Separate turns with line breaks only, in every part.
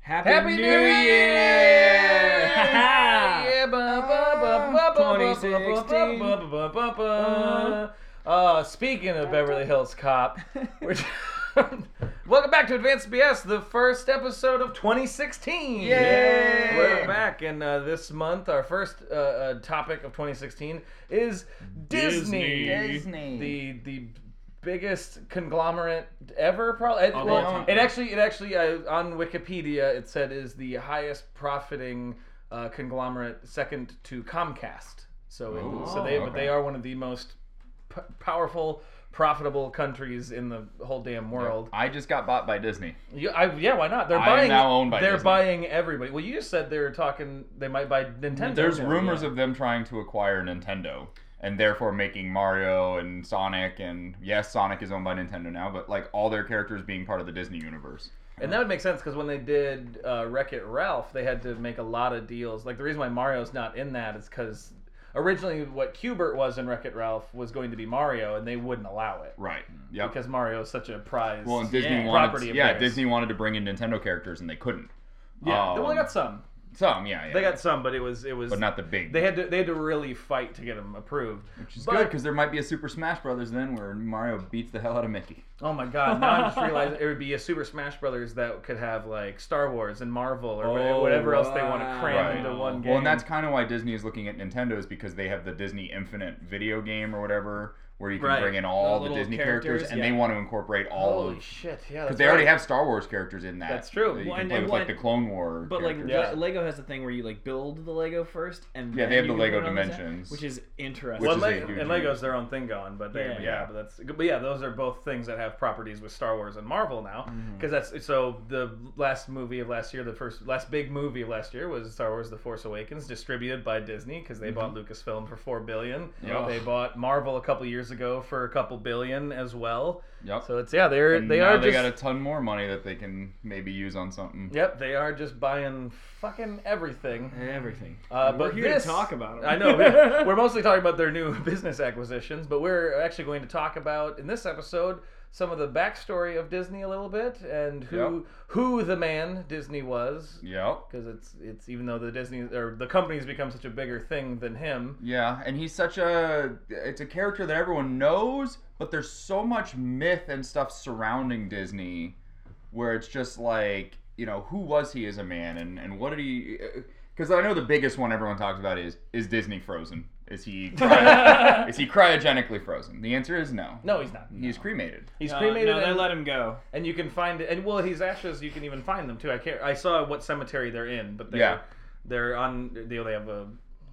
Happy, New, Year!
Yeah, ba- ba-
Ah,
ba- ba- ba- ba- ba-
2016.
ba- ba- ba- ba- ba. Uh, speaking of Beverly Hills Cop, we're welcome back to Advanced BS, the first episode of 2016.
Yay!
We're back, and uh, this month, our first uh, uh, topic of 2016 is Disney.
Disney.
Disney.
The the biggest conglomerate ever, probably. It,
Of
well,
all time.
it actually, it actually uh, on Wikipedia it said is the highest profiting uh, conglomerate, second to Comcast. So, it-
Ooh.
so they
Oh,
but they
okay.
are one of the most p- powerful, profitable countries in the whole damn world.
I just got bought by Disney.
You, I, yeah, why not? They're
I am
buying.
now owned by
they're
Disney.
buying everybody. Well, you just said they were talking. They might buy Nintendo.
There's
now,
rumors
yeah.
of them trying to acquire Nintendo and therefore making Mario and Sonic and yes, Sonic is owned by Nintendo now, but like all their characters being part of the Disney universe.
And that would make sense because when they did uh, Wreck It Ralph, they had to make a lot of deals. Like the reason why Mario's not in that is because originally what Cubert was in Wreck It Ralph was going to be Mario, and they wouldn't allow it
Right. Yep.
because Mario is such a prize.
well, and Disney
yeah,
wanted
property of
yeah,
theirs.
Disney wanted to bring in Nintendo characters and they couldn't.
yeah, they- well, they
Um,
got some.
some, yeah, yeah.
They got some, but it was it was
but not the big.
they had to they had to really fight to get them approved.
which is
But-
good because there might be a Super Smash Brothers then where Mario beats the hell out of Mickey.
Oh my god! Now I just realized it would be a Super Smash Brothers that could have like Star Wars and Marvel or
Oh,
whatever else they want to
wow.
cram
Right.
into one game.
Well, and that's kind of why Disney is looking at Nintendo is because they have the Disney Infinite video game or whatever, where you can
Right.
bring in all
The
the,
little
Disney characters,
characters,
and
yeah.
they want to incorporate all
holy
of
shit! Yeah,
because
that's
they already
right.
have Star Wars characters in that.
That's true.
that you
Well,
can
and
play
they
with,
want-
like the Clone War.
But like
characters.
Yeah.
Le- Lego has the thing where you like build the Lego first, and
Yeah, they
then
have
you
the
can
Lego
put it on the side,
dimensions.
which is interesting.
Which
Well,
is
Leg-
a huge
and Lego's their own thing going, but they, yeah.
Yeah.
but that's but yeah, those are both things that have properties with Star Wars and Marvel now,
Mm-hmm.
because that's so the last movie of last year, the first last big movie of last year was Star Wars: The Force Awakens, distributed by Disney because they bought Lucasfilm for four billion.
Mm-hmm. Yeah.
They bought Marvel a couple years ago for a couple billion as well.
Yep.
So it's yeah, they're
Oh. And
they
now
are
they
just
got a ton more money that they can maybe use on something.
yep, they are just buying fucking everything.
Everything.
Uh,
We're
but
here to
this-
talk about 'em.
I know we- we're mostly talking about their new business acquisitions, but we're actually going to talk about in this episode some of the backstory of Disney a little bit and who
Yep.
who the man Disney was.
Yep.
Because it's it's even though the Disney or the company's become such a bigger thing than him.
Yeah, and he's such a it's a character that everyone knows, but there's so much myth and stuff surrounding Disney where it's just like, you know, who was he as a man and and what did he cuz I know the biggest one everyone talks about is is Disney frozen? Is he cryo- is he cryogenically frozen? The answer is no.
No, he's not.
He's cremated.
He's
Uh,
cremated,
no, they
and,
let him go.
and you can find it. And well, his ashes you can even find them too. I can't. I saw what cemetery they're in, but they're
Yeah.
they're on. They they have a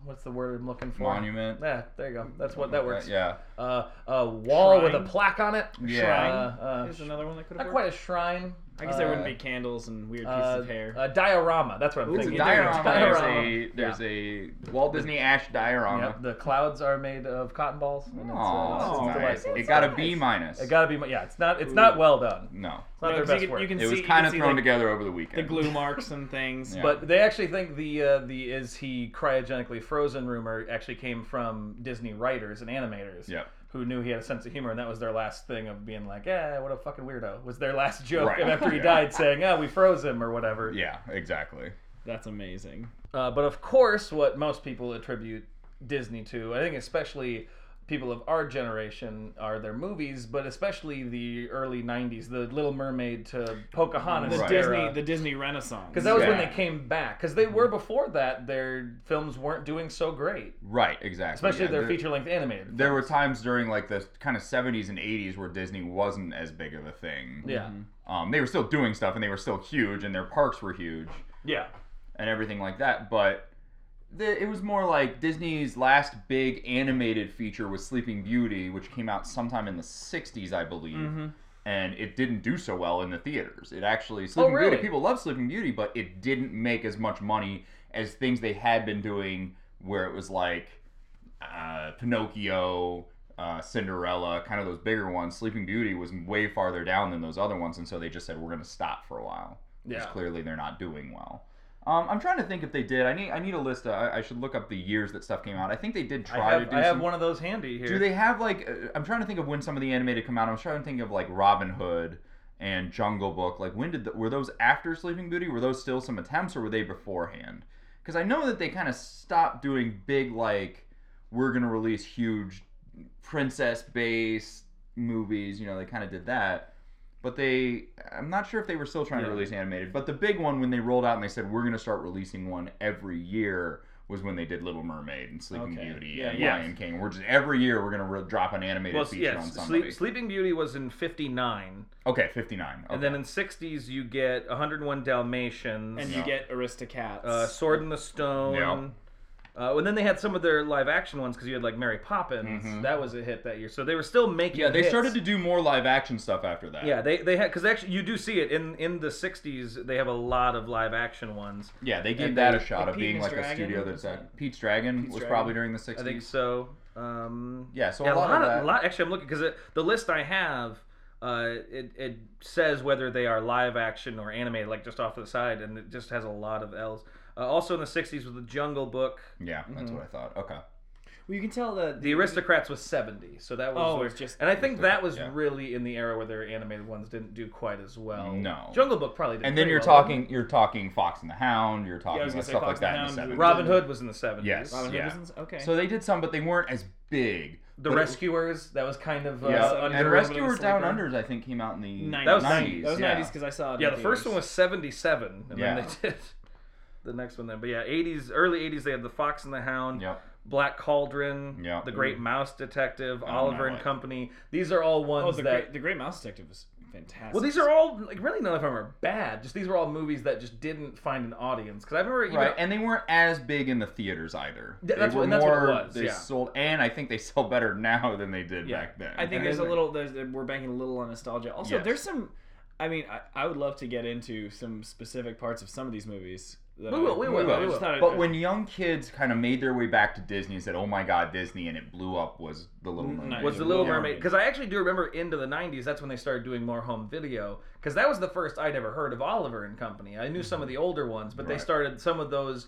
what's the word I'm looking for?
Monument.
Yeah, there you go. That's what that works.
Yeah.
uh, a wall with
Shrine?
a plaque on it.
Yeah.
Uh, uh,
There's another one that could
not
have
quite
worked.
a shrine.
I guess
uh,
there wouldn't be candles and weird pieces
uh,
of hair.
A diorama. That's what I'm
It's a
thinking.
diorama.
Diorama.
There's a there's a Walt Disney Ash
Yeah.
diorama.
Yep, The clouds are made of cotton balls. And it's,
Aw,
uh, it's, it's
that's
nice.
delightful.
It
It's-
got a B minus.
It gotta be. Yeah, it's not. It's not well done.
no.
It's not
No,
their
'cause you
best
can-
work.
you can
It was
see- you
kind of
see,
thrown
like,
together over the weekend.
the glue marks and things.
Yeah.
But they actually think the uh, the is he cryogenically frozen rumor actually came from Disney writers and animators.
Yeah.
Who knew he had a sense of humor, and that was their last thing of being like, "Yeah, what a fucking weirdo." Was their last joke
Right.
and after he
Yeah.
died, saying, "Ah, we froze him" or whatever.
Yeah, exactly.
That's amazing.
Uh, but of course, what most people attribute Disney to, I think especially people of our generation, are their movies, but especially the early '90s, the Little Mermaid to Pocahontas
The
Right.
Disney,
era.
the Disney Renaissance.
Because that was when
Yeah.
they came back. Because they were before that, their films weren't doing so great,
Right, exactly.
especially
yeah.
their
there,
feature length animated.
There were times during like the kind of 70s and 80s where Disney wasn't as big of a thing.
Yeah,
Um, they were still doing stuff and they were still huge and their parks were huge
yeah,
and everything like that, but the, it was more like Disney's last big animated feature was Sleeping Beauty, which came out sometime in the 60s, I believe.
Mm-hmm.
And it didn't do so well in the theaters. It actually Sleeping
Oh, really?
Beauty. People love Sleeping Beauty, but it didn't make as much money as things they had been doing, where it was like uh, Pinocchio, uh, Cinderella, kind of those bigger ones. Sleeping Beauty was way farther down than those other ones, and so they just said we're going to stop for a while because
Yeah.
clearly they're not doing well. Um, I'm trying to think if they did. I need I need a list. Of, I, I should look up the years that stuff came out. I think they did
I
try to
have,
do.
I have
some-
one of those handy here.
Do they have like? Uh, I'm trying to think of when some of the animated come out. I'm trying to think of like Robin Hood and Jungle Book, like when did the, were those after Sleeping Beauty? Were those still some attempts, or were they beforehand? Because I know that they kind of stopped doing big like we're gonna release huge princess based movies. You know, they kind of did that. But they, I'm not sure if they were still trying to
Yeah.
release animated. But the big one when they rolled out and they said we're gonna start releasing one every year was when they did Little Mermaid and Sleeping
Okay.
Beauty
Yeah,
and
yeah.
Lion King. We're just every year we're gonna re- drop an animated
Well,
feature on
yes,
somebody.
Sleep, Sleeping Beauty was in '59,
okay, 59. Okay.
and then in '60s you get 101 Dalmatians,
And
Yeah.
you get Aristocats.
uh, Sword in the Stone. Uh, and then they had some of their live action ones because you had like Mary Poppins.
Mhm.
That was a hit that year. So they were still making.
yeah, they
hits.
started to do more live action stuff after that.
Yeah, they they had because actually you do see it in in the '60s. They have a lot of live action ones.
Yeah, they gave
And
that
they-
a shot
like
of
Pete
being
and
like
his
a
Dragon
studio that's
was
at
that-
Pete's Dragon
Pete's
was
Dragon?
probably during the 60s.
I think so. Um,
Yeah, so
yeah,
a lot, of that.
lot- actually, I'm looking because the list I have, uh, it, it says whether they are live action or animated, like just off to the side, and it just has a lot of L's. Uh, also in the '60s was the Jungle Book.
yeah, that's
Mm-hmm.
what I thought. Okay.
well, you can tell that
The Aristocrats was 70, so that was.
Oh,
the-
it's just-
and I think that was
yeah.
really in the era where their animated ones didn't do quite as well.
No.
Jungle Book probably did.
And then
pretty
you're
well, didn't
talking you're talking Fox and the Hound, you're talking
was gonna
about
say
stuff
Fox
like that
and
in
the
the 70s.
Hound was-
it? Robin Hood was in the 70s.
Yes.
Robin Hood
yeah.
was in- okay.
So they did some but they weren't as big.
The
But it-
Rescuers. That was kind of. Uh,
yeah,
under-
and
Little
Rescuer
Sleeper.
Down Unders I think came out in the
90s.
That was
90s.
That was
yeah.
90s because I saw it. in
Yeah, the first
theaters.
one was 77, and
Yeah.
then they did the next one then. But yeah, 80s, early 80s, they had The Fox and the Hound,
Yep.
Black Cauldron,
Yeah.
The Great Mouse Detective,
don't
Oliver
know
and
it.
Company. These are all ones
Oh, the,
that.
great, the Great Mouse Detective was fantastic.
Well, these are all, like, really none of them are bad. Just these were all movies that just didn't find an audience. Because I remember, even,
Right, and they weren't as big in the theaters either.
Th-
They
that's
were
what- that's what it
more-
was,
They
yeah.
sold, and I think they sell better now than they did
Yeah.
back then.
I think
And
there's a
then-
little. There's we're banking a little on nostalgia. Also,
Yes.
there's some. I mean, I, I would love to get into some specific parts of some of these movies. That
We
I-
will, we will,
I
we
just
will.
thought I'd-
But when young kids kind of made their way back to Disney and said, "Oh my God, Disney!" and it blew up was the Little
Mm,
Mermaid.
nice.
was
Yeah,
the Little
Little
Mermaid
Mermaid.
because I actually do remember into the '90s. That's when they started doing more home video because that was the first I'd ever heard of Oliver and Company. I knew some of the older ones, but
Mm-hmm.
they
Right.
started some of those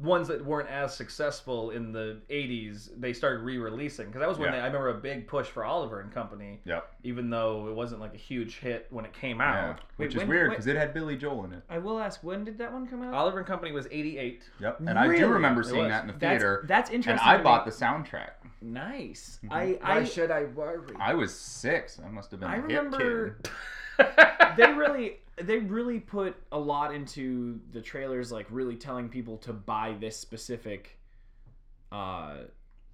ones that weren't as successful in the '80s. They started re-releasing because that was when
Yeah.
they, I remember a big push for Oliver and Company,
Yep.
even though it wasn't like a huge hit when it came
Yeah.
out.
Which is
Wait, when-
weird
when-
because it had Billy Joel in it.
I will ask, when did that one come out?
Oliver and Company was '88.
Yep. And I
Really?
do remember
It
seeing
was.
that in the
That's-
theater.
That's,
and
interesting.
I
to
bought
me.
the Mhm. soundtrack.
Nice. I
Why
I
should I worry?
I was six. I must have been.
I
a hip
remember
kid.
they really they really put a lot into the trailers, like really telling people to buy this specific uh,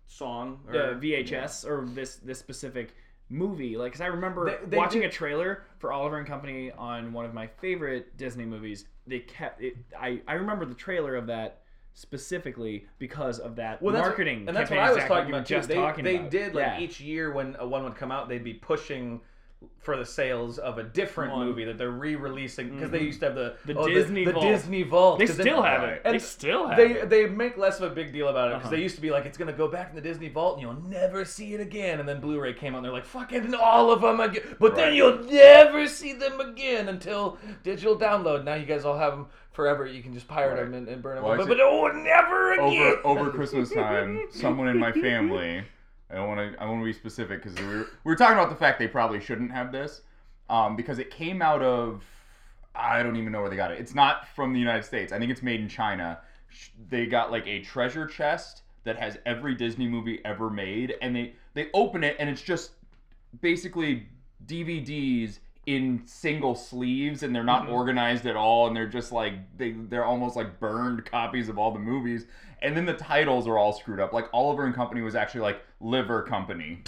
Song
uh, VHS or this this specific movie. Like, 'cause I remember
They- they
watching
did-
a trailer for Oliver and Company on one of my favorite Disney movies. They kept it. I I remember the trailer of that specifically because of that
Well, that's what-
marketing.
and that's what
campaign,
I was
exactly
talking
you were
about. too.
Just
they,
talking
they
about.
did like
Yeah.
each year when a one would come out, they'd be pushing for the sales of a different
One. Mm-hmm.
movie that they're re-releasing because they used to have the
The
oh,
Disney
the,
Vault.
Disney Vault.
They
'cause then-
still have it.
And
They still have
They
it.
they make less of a big deal about it because
Uh-huh.
they used to be like it's gonna go back in the Disney Vault and you'll never see it again. And then Blu-ray came out and they're like fucking all of them again, but then
Right.
you'll never see them again until digital download. Now you guys all have them forever. You can just pirate
Right.
them and, and burn them,
Well,
all.
I
but,
see-
but oh never again.
over over Christmas time. Someone in my family. I don't want to. I want to be specific because we were, we were talking about the fact they probably shouldn't have this, um, because it came out of I don't even know where they got it. It's not from the United States. I think it's made in China. Sh- They got like a treasure chest that has every Disney movie ever made, and they they open it and it's just basically DVDs in single sleeves and they're not
Mm-hmm.
organized at all and they're just like they they're almost like burned copies of all the movies and then the titles are all screwed up like Oliver and Company was actually like Liver Company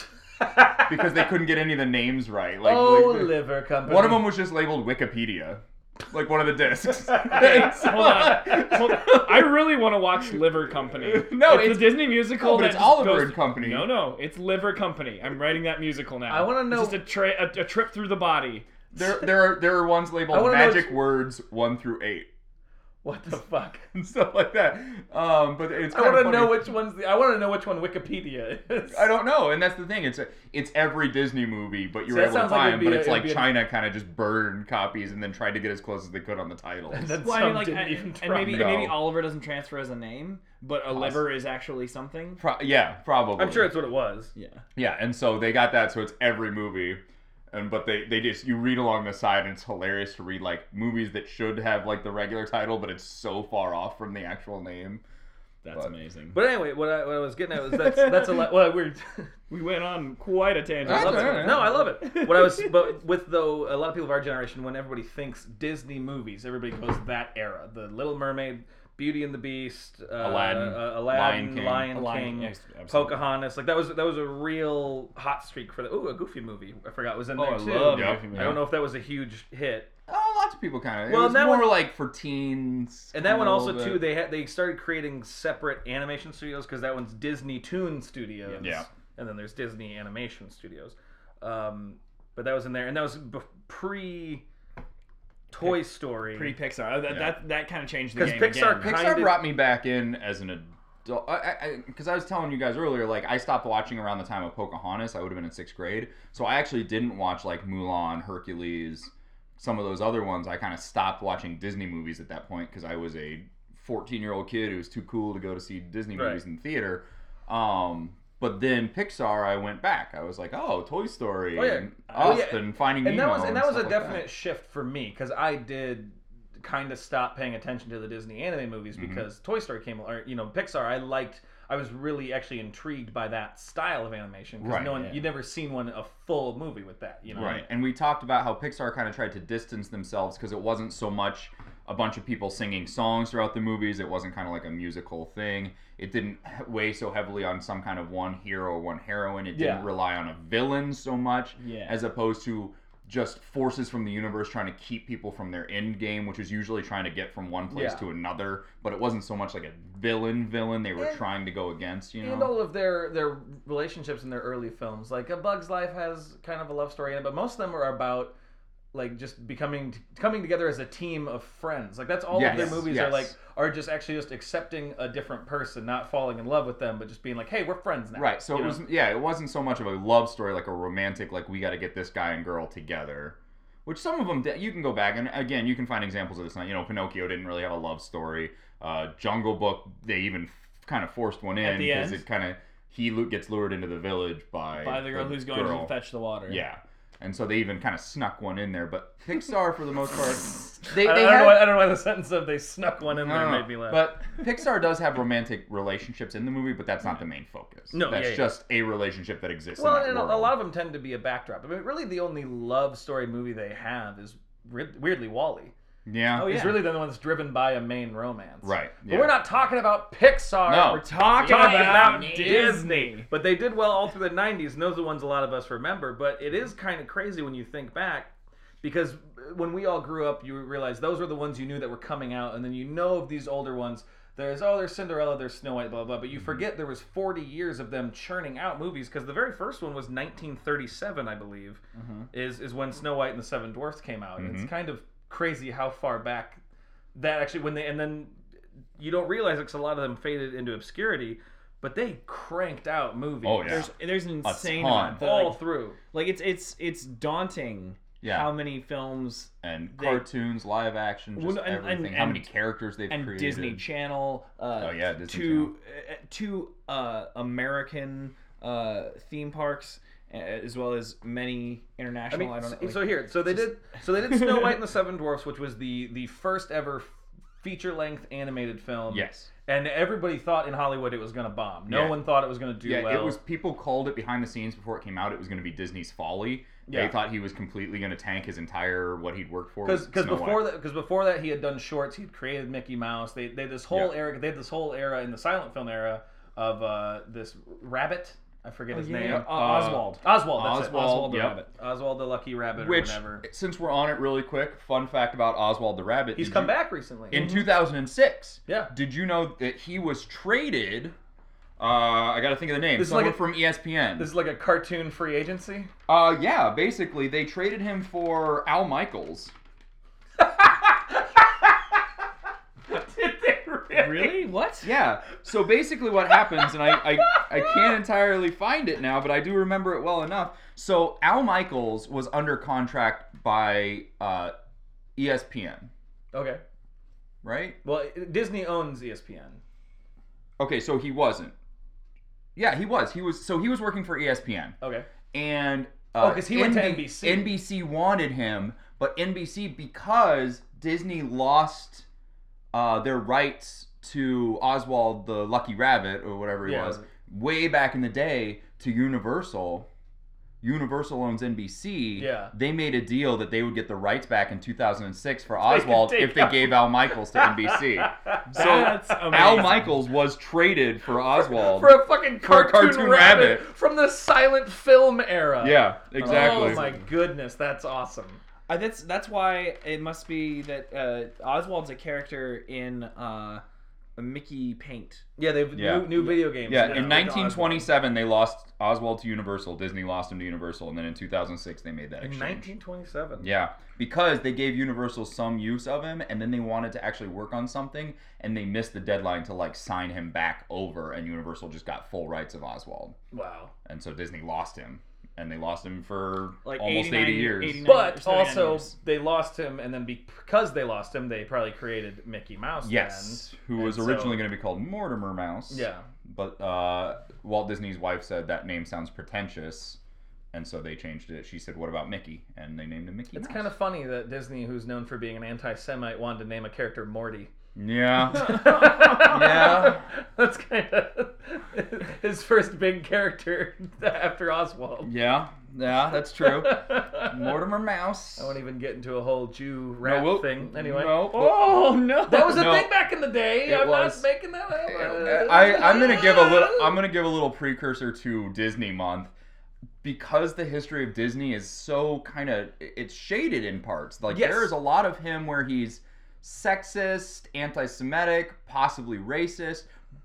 because they couldn't get any of the names right like,
oh,
like,
liver company.
one of them was just labeled Wikipedia like one of the discs
Hold on. Hold on. I really want to watch Liver Company.
No,
it's,
it's-
a Disney musical.
no, but
that
it's
just
Oliver
goes-
and Company.
No, no, it's Liver Company. I'm writing that musical now.
I wanna know-
It's just a, tra- a, a trip through the body.
there there are there are ones
I
labeled
wanna know
magic
which-
words 1 through 8
What the fuck?
and stuff like that um but it's
I
kinda
want to
funny.
know which one's the. I want to know which one Wikipedia is.
I don't know, and that's the thing. It's a, it's every Disney movie, but you were
See, that
able to
sounds like
find,
it'd be
but
a-
it's
it'd
like
be a-
China kind of just burned copies and then tried to get as close as they could on the titles.
That
Well, I mean,
some
like,
didn't
and,
even
and
try.
maybe
No.
maybe Oliver doesn't transfer as a name, but a liver is actually something.
Pro- yeah, probably.
I'm sure it's what it was.
Yeah.
Yeah, and so they got that, so it's every movie. and but they they just you read along the side and it's hilarious to read like movies that should have like the regular title but it's so far off from the actual name.
That's
But-
amazing.
But anyway, what I, what I was getting at was that's that's a lot. Well, we're
we went on quite a tangent.
I love
That's
it.
alright.
No, I love it. What I was, but with though a lot of people of our generation, when everybody thinks Disney movies, everybody goes that era: the Little Mermaid, Beauty and the Beast, uh,
Aladdin,
uh, Aladdin, Lion
Lion
King,
King.
Lion King, yes, absolutely.
Pocahontas. Like that was that was a real hot streak for the. Ooh, a Goofy movie. I forgot was in there
Oh, I
too.
love
Yeah.
Goofy
I don't know if that was a huge hit,
Oh, lots of people kind of.
Well,
Well, it was
that
more
one-
like for teens.
And that
kinda
one
a
also
little
too,
bit.
they had they started creating separate animation studios because that one's Disney Toon Studios.
Yeah.
And then there's Disney Animation Studios. Um, but that was in there, and that was b- pre Toy Story.
Pre Pixar. That,
Yeah.
that that kind of changed the
'Cause
game.
Pixar
again.
kind
Pixar
of-
brought me back in as an adult. Because I, I, 'cause I was telling you guys earlier, like I stopped watching around the time of Pocahontas. I would have been in sixth grade, so I actually didn't watch like Mulan, Hercules, some of those other ones. I kind of stopped watching Disney movies at that point because I was a 14 year old kid who was too cool to go to see Disney
Right.
movies in theater. Um, but then Pixar, I went back. I was like, oh, Toy Story,
Oh, yeah.
and
Oh,
Up,
yeah.
and Finding
and that
Nemo
was and that was a
stuff like
definite shift for me because I did kind of stop paying attention to the Disney anime movies
Mm-hmm.
because Toy Story came or you know Pixar I liked I was really actually intrigued by that style of animation because
Right,
no one
yeah.
you'd never seen one a full movie with that you know
Right. And we talked about how Pixar kind of tried to distance themselves because it wasn't so much a bunch of people singing songs throughout the movies. It wasn't kind of like a musical thing. It didn't he- weigh so heavily on some kind of one hero or one heroine. It didn't
Yeah.
rely on a villain so much
Yeah.
as opposed to just forces from the universe trying to keep people from their end game, which is usually trying to get from one place
Yeah.
to another. But it wasn't so much like a villain villain they were
And-
trying to go against, you know?
and all of their their relationships in their early films like a bug's life has kind of a love story in it but most of them are about like just becoming coming together as a team of friends like that's all of their
Yes,
movies are
yes.
like are just actually just accepting a different person not falling in love with them but just being like hey we're friends now
Right. So
you
it
know?
was yeah, it wasn't so much of a love story like a romantic like we got to get this guy and girl together. Which some of them did- you can go back and again you can find examples of this. Now you know Pinocchio didn't really have a love story. Uh, Jungle Book they even kind of forced one in
the
because
end?
it kind of he lu- gets lured into the village by
by the girl who's going
girl.
to fetch the water.
Yeah. And so they even kind of snuck one in there, but Pixar for the most part they,
I, I
they
don't know
had-
why, I don't know why the sentence of they snuck one in
I
there
don't know.
made me laugh
But Pixar does have romantic relationships in the movie, but that's not the main focus.
No,
that's
yeah, yeah.
just a relationship that exists.
well
in that
and a, a
world.
lot of them tend to be a backdrop I mean really the only love story movie they have is weird- weirdly Wally
yeah,
Oh,
It's
yeah.
really the one that's driven by a main romance.
right.
But
Yeah.
we're not talking about Pixar.
No.
We're talking,
Talking
about,
about
Disney.
But they did well all through the 90s, and those are the ones a lot of us remember. But it is kind of crazy when you think back, because uh, when we all grew up, you realize those were the ones you knew that were coming out, and then you know of these older ones. There's, oh, there's Cinderella, there's Snow White, blah, blah, but you
Mm-hmm.
forget there was 40 years of them churning out movies, because the very first one was 1937, I believe,
Mm-hmm.
is, is when Snow White and the Seven Dwarfs came out. It's kind of crazy how far back that actually when they and then you don't realize because a lot of them faded into obscurity, but they cranked out movies.
Oh, yeah.
There's there's an insane
ton.
amount. The,
all
like,
through.
like it's it's it's daunting
Yeah.
how many films
and
they-
cartoons, live action, just
Well, no, and- and-
everything. How
and-
many characters they've
and
created?
Disney Channel. Uh,
Oh, yeah, Disney
two uh, two uh, American uh, theme parks uh, as well as many
I
international.
mean,
I, don't know.
so-
like-
so here, so they did, so they did Snow White and the Seven Dwarfs, which was the the first ever feature length animated film.
Yes.
and everybody thought in Hollywood it was going to bomb. No
Yeah.
one thought it was going to do
Yeah,
well.
it was. People called it behind the scenes before it came out. It was going to be Disney's folly.
Yeah.
They thought he was completely going to tank his entire what he'd worked for.
because
with
because
Snow
before
White.
that because before that he had done shorts he had created Mickey Mouse they they had this whole
Yeah.
era they had this whole era in the silent film era of uh, this rabbit I
Oh,
forget his
yeah,
name
yeah, uh, Oswald.
Oswald that's
Oswald,
Oswald the
yep.
Rabbit.
it Oswald the Lucky Rabbit or
Which,
whatever
since we're on it, really quick, fun fact about Oswald the Rabbit.
he's
did
come
you-
back Mm-hmm. recently
in 2006.
Yeah.
Did you know that he was traded? Uh, I got to think of the name.
This is
Someone
like a-
from E ESPN.
this is like a cartoon free agency
uh, yeah, basically they traded him for Al Michaels.
did they really?
really what?
Yeah. So basically, what happens, and I, I I can't entirely find it now, but I do remember it well enough. So Al Michaels was under contract by uh, ESPN,
okay
right?
well Disney owns E ESPN
Okay, so E he wasn't. Yeah, he was. He was. So he was working for ESPN.
okay
and Uh,
Oh, 'cause he went to NBC.
NBC wanted him, but NBC because Disney lost uh, their rights to Oswald the Lucky Rabbit or whatever he
Yeah.
was way back in the day to Universal. Universal owns NBC.
Yeah.
They made a deal that they would get the rights back in 2006 for
could
Oswald
take
if they
out-
gave Al Michaels to NBC. So,
That's
Al
amazing.
Michaels was traded for Oswald.
for a fucking
For a
cartoon,
cartoon
rabbit,
rabbit.
from the silent film era.
yeah, exactly.
Oh my goodness, that's awesome.
Uh, that's that's why it must be that uh, Oswald's a character in uh, Mickey Paint.
Yeah, they've
Yeah.
new, new video games.
Yeah,
now
in
with
1927 they lost Oswald to Universal. Disney lost him to Universal, and then in 2006 they made that
Oswald. In
exchange.
1927.
Yeah, because they gave Universal some use of him, and then they wanted to actually work on something, and they missed the deadline to like sign him back over, and Universal just got full rights of Oswald,
Wow.
and so Disney lost him, and they lost him for
Like
almost
89
80 years.
89
But
79
also,
years.
they lost him, and then because they lost him, they probably created Mickey Mouse.
Yes, who
and
was
so-
originally going to be called Mortimer Mouse.
Then. Yeah.
But uh, Walt Disney's wife said that name sounds pretentious, and so they changed it. She said, "What about Mickey?" And they named him Mickey.
It's
Mouse.
kind of funny that Disney, who's known for being an anti-Semite, wanted to name a character Morty.
yeah,
yeah, that's kind of his first big character after Oswald.
yeah, yeah. That's true.
I
Mortimer Mouse.
won't even get into a whole Jew rap
we'll-
thing. Anyway,
no, we'll-
oh no, that was a
No.
thing back in the day.
It
I'm
was.
not making that up.
I, I'm gonna give a little. I'm gonna give a little precursor to Disney Month because the history of Disney is so kind of it's shaded in parts. Like
Yes.
there is a lot of him where he's sexist, anti-Semitic, possibly racist,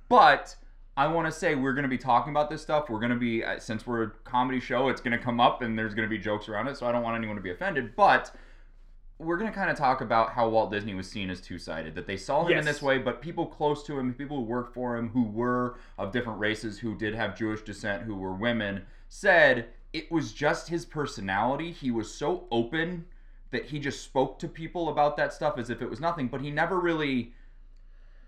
but. I want to say we're going to be talking about this stuff. We're going to be uh, since we're a comedy show, it's going to come up and there's going to be jokes around it, so I don't want anyone to be offended, but we're going to kind of talk about how Walt Disney was seen as two-sided, that they saw him in
Yes.
this way, but people close to him, people who worked for him, who were of different races, who did have Jewish descent, who were women, said it was just his personality. He was so open that he just spoke to people about that stuff as if it was nothing, but he never really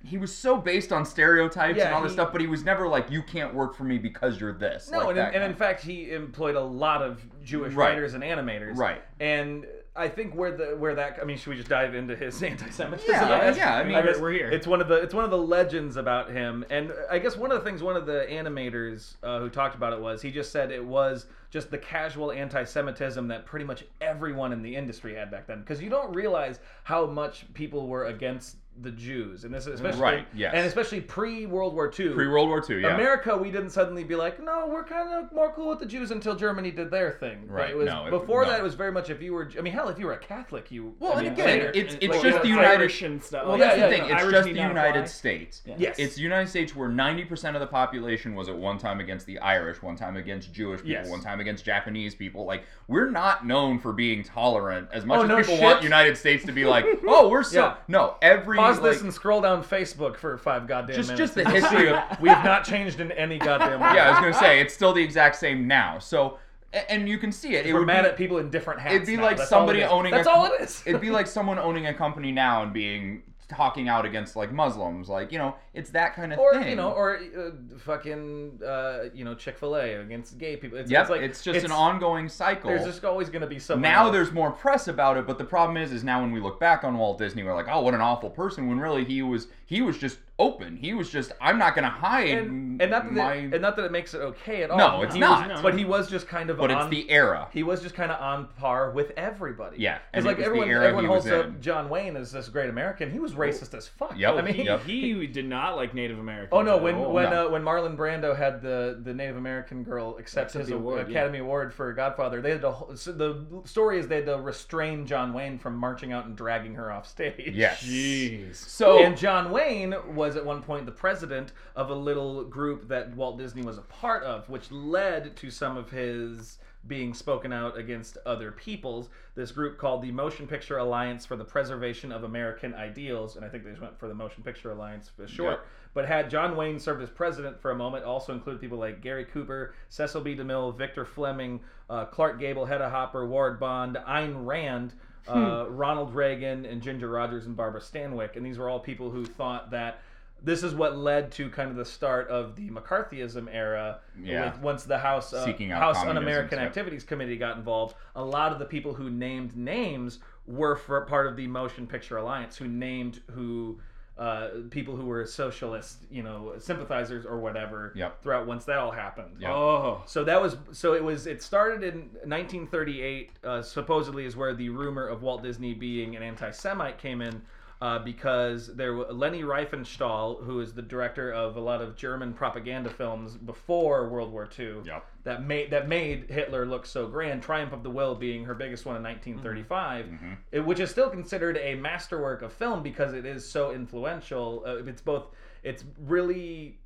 he was so based on stereotypes and
Yeah,
all this
he-
stuff, but he was never like, "You can't work for me because you're this."
No,
like
and,
that
and in
kind
fact, he employed a lot of Jewish
Right.
writers and animators.
Right.
And I think where the where that I mean, should we just dive into his anti-Semitism?
Yeah,
I guess?
yeah, I mean,
guess
we're- we're here.
It's one of the it's one of the legends about him, and I guess one of the things one of the animators uh, who talked about it was he just said it was just the casual anti-Semitism that pretty much everyone in the industry had back then, because you don't realize how much people were against the Jews, and this is especially
Right, yes.
and especially pre World War II,
pre World War II, yeah,
America, we didn't suddenly be like, no, we're kind of more cool with the Jews until Germany did their thing. But
Right,
It was
no, it-
before
no.
that. It was very much if you were. I mean, hell, if you were a Catholic, you.
Well,
I
and
mean,
again,
later-
it's- it's
like,
just
yeah,
the
later-
United-
Irish and stuff.
Well,
Like,
Oh, yeah,
That's the
yeah,
thing.
no,
It's
Irish
just the
need not
United
apply.
States.
Yeah.
Yes.
It's the United States where 90% of the population was at one time against the Irish, one time against Jewish people,
Yes.
one time against Japanese people. Like, we're not known for being tolerant as much
Oh,
as
no
people
shit.
want United States to be like, oh, we're so.
Yeah.
No, every.
pause
like,
this and scroll down Facebook for five goddamn
just,
minutes.
just the history of
We've not changed in any goddamn. way.
yeah, I was gonna say it's still the exact same now. So, a- and you can see it. It
we're
would
mad
be,
at people in different hats.
It'd be
now.
like
That's all
somebody
it is.
owning.
That's
a,
all it is.
it'd be like someone owning a company now and being talking out against like Muslims. Like you know, it's that kind of
or
thing.
you know, or uh, fucking uh, you know, Chick Fil A against gay people. It's,
yep,
it's like
it's just an ongoing cycle.
There's just always going to be someone.
now
else.
there's more press about it, but the problem is, is now when we look back on Walt Disney, we're like, oh, what an awful person. When really he was, he was just open. He was just, I'm not gonna hide
and, and not that
my.
it, and not that it makes it okay at all.
No, it's
He
not.
was- but he was just kind of.
but it's
on,
the era.
He was just kind of on par with everybody.
Yeah, and
because
it
like
was the
everyone,
era
everyone
he was
holds up
in.
John Wayne as this great American. He was racist as fuck.
Yep,
I mean,
yep.
He did not like Native Americans.
Oh no!
at
When
all.
when
No.
Uh, when Marlon Brando had the, the Native American girl accept
Accept
his
the award, yeah.
Academy Award for Godfather, they had to, ho- so the story is they had to restrain John Wayne from marching out and dragging her off stage.
Yes.
Jeez.
So
And John Wayne was at one point the president of a little group that Walt Disney was a part of, which led to some of his being spoken out against other peoples. This group called the Motion Picture Alliance for the Preservation of American Ideals, and I think they just went for the Motion Picture Alliance for short.
Yep.
But had John Wayne served as president for a moment, also included people like Gary Cooper, Cecil B. DeMille, Victor Fleming, uh, Clark Gable, Hedda Hopper, Ward Bond, Ayn Rand, uh, Ronald Reagan, and Ginger Rogers and Barbara Stanwyck. And these were all people who thought that this is what led to kind of the start of the McCarthyism era.
Yeah.
with- once the House uh,
Seeking out
House
communism,
Un-American
so-
Activities Committee got involved, a lot of the people who named names were for part of the Motion Picture Alliance, who named who uh, people who were socialist, you know, sympathizers or whatever.
Yep.
Throughout once that all happened.
Yep.
Oh,
So that was so it was it started in 1938 uh, supposedly is where the rumor of Walt Disney being an anti-Semite came in uh, because there wa- Lenny Riefenstahl who is the director of a lot of German propaganda films before World War II
Yep.
that made that made Hitler look so grand Triumph of the Will being her biggest one in 1935 it- which is still considered a masterwork of film because it is so influential uh, it's both it's really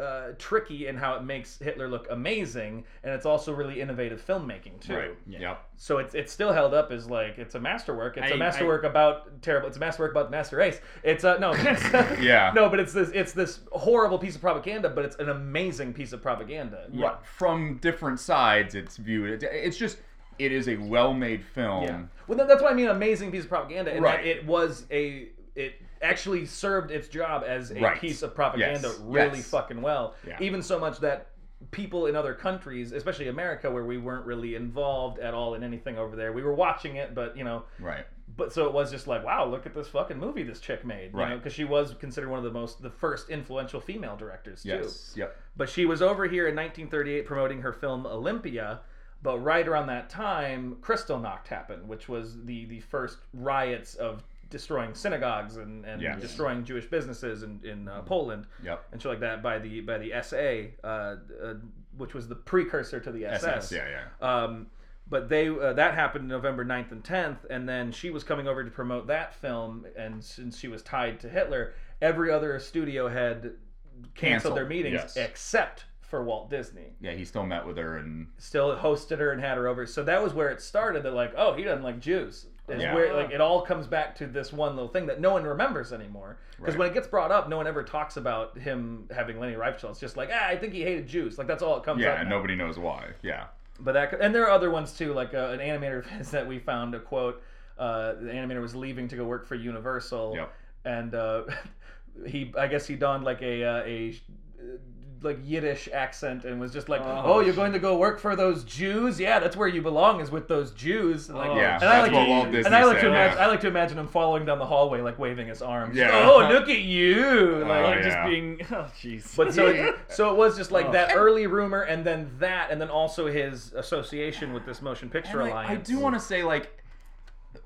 uh, tricky in how it makes Hitler look amazing, and it's also really innovative filmmaking too.
Right. Yep.
So it's it's still held up as like it's a masterwork. It's a
I-
masterwork about terrible. It's a masterwork about the master race. It's uh no.
Yeah.
No, but it's this it's this horrible piece of propaganda, but it's an amazing piece of propaganda.
Right. From different sides, it's viewed. It, it's just it is a well-made film.
Yeah. Well, that- that's what I mean. Amazing piece of propaganda, and
Right.
that it was a it actually served its job as a
Right.
piece of propaganda
Yes.
really
Yes.
fucking well.
Yeah.
Even so much that people in other countries, especially America, where we weren't really involved at all in anything over there, we were watching it, but you know,
Right.
but so it was just like, wow, look at this fucking movie this chick made, you know,
Right.
because she was considered one of the most the first influential female directors too.
Yes. Yep.
But she was over here in 1938 promoting her film Olympia. But right around that time, Kristallnacht happened, which was the, the first riots of destroying synagogues and, and
Yes. Mm-hmm.
destroying Jewish businesses in, in uh, Poland
Yep.
and shit like that by the by the SA, uh, uh, which was the precursor to the
SS. Yeah. Yeah.
um, but they uh, that happened November 9th and 10th, and then she was coming over to promote that film, and since she was tied to Hitler, every other studio had canceled,
Canceled,
their meetings
yes.
except for Walt Disney.
Yeah. He still met with her and
Still hosted her and had her over. So that was where it started. That like, oh, he doesn't like Jews. Is
Yeah.
where like it all comes back to this one little thing that no one remembers anymore. Because
Right.
when it gets brought up, no one ever talks about him having Lenny Riefenstahl. It's just like, ah, I think he hated Jews. Like that's all it comes up.
yeah, and
now.
nobody knows why. Yeah.
But that could- and there are other ones too, like uh, an animator of his that we found a quote. Uh, the animator was leaving to go work for Universal,
Yep.
and uh, he I guess he donned like a uh, a uh, like Yiddish accent and was just like, "Oh,
Oh,
you're going to go work for those Jews? Yeah, that's where you belong is with those Jews." Like,
Oh,
yeah.
and
and I
that's
like
what
to,
Walt
and
Disney
and I like
said.
to imagine
yeah.
I like to imagine him following down the hallway like waving his arms.
Yeah.
Oh, look at you! Like,
Oh,
like just
yeah.
being. Oh, jeez.
but so, it, so it was just like
Oh.
that early rumor, and then that, and then also his association with this motion picture
And, like,
alliance.
I do want to say like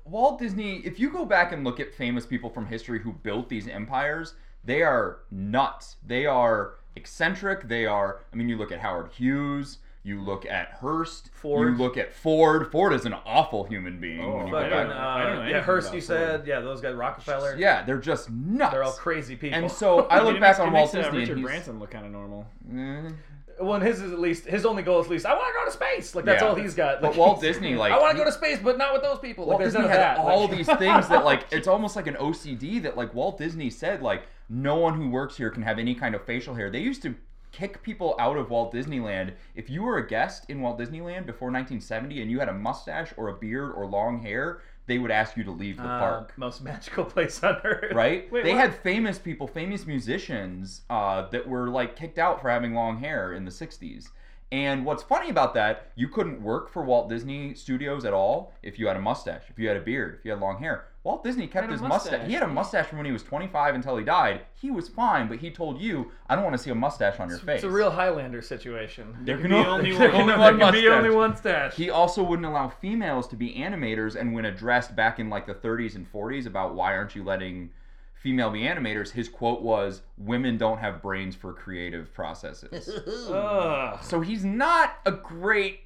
Walt Disney. If you go back and look at famous people from history who built these empires, they are nuts. They are eccentric. They are. I mean, you look at Howard Hughes. You look at Hearst.
Ford.
You look at Ford. Ford is an awful human being.
Oh,
when you go
Fucking,
I don't-
back.
I don't know
uh, yeah,
anything
Hearst,
about
you
Ford.
said, yeah, those guys, Rockefeller,
Yeah, they're just nuts.
they're all crazy people.
And so I look
It
back
makes-
on
it
Walt
makes, uh,
Disney.
Richard
and he's,
Branson look kind of normal.
Mm.
well, and his is at least his only goal is at least I want to go to space. Like that's
Yeah.
all he's got. Like,
But Walt
he's-
Disney, like
I want to go to space, but not with those people. Like
Walt
there's
Disney
none of
had
that.
all
Like-
these things that like it's almost like an OCD that like Walt Disney said like no one who works here can have any kind of facial hair. They used to kick people out of Walt Disneyland if you were a guest in Walt Disneyland before 1970 and you had a mustache or a beard or long hair, they would ask you to leave the
Uh,
park.
most magical place on earth.
Right?
Wait,
they
what?
had famous people, famous musicians uh, that were like kicked out for having long hair in the 60s. And what's funny about that, you couldn't work for Walt Disney Studios at all if you had a mustache, if you had a beard, if you had long hair. Walt Disney kept
Had a
his mustache.
mustache.
He had a mustache from when he was 25 until he died. He was fine, but he told you, I don't want to see a mustache on your face.
It's a real Highlander situation.
There
There
can
can be
o-
only
there
one-
can
there
There can be only
mustache.
one stash.
He also wouldn't allow females to be animators, and when addressed back in like the 30s and 40s about why aren't you letting female be animators, his quote was, "Women don't have brains for creative processes."
Ugh.
so he's not a great.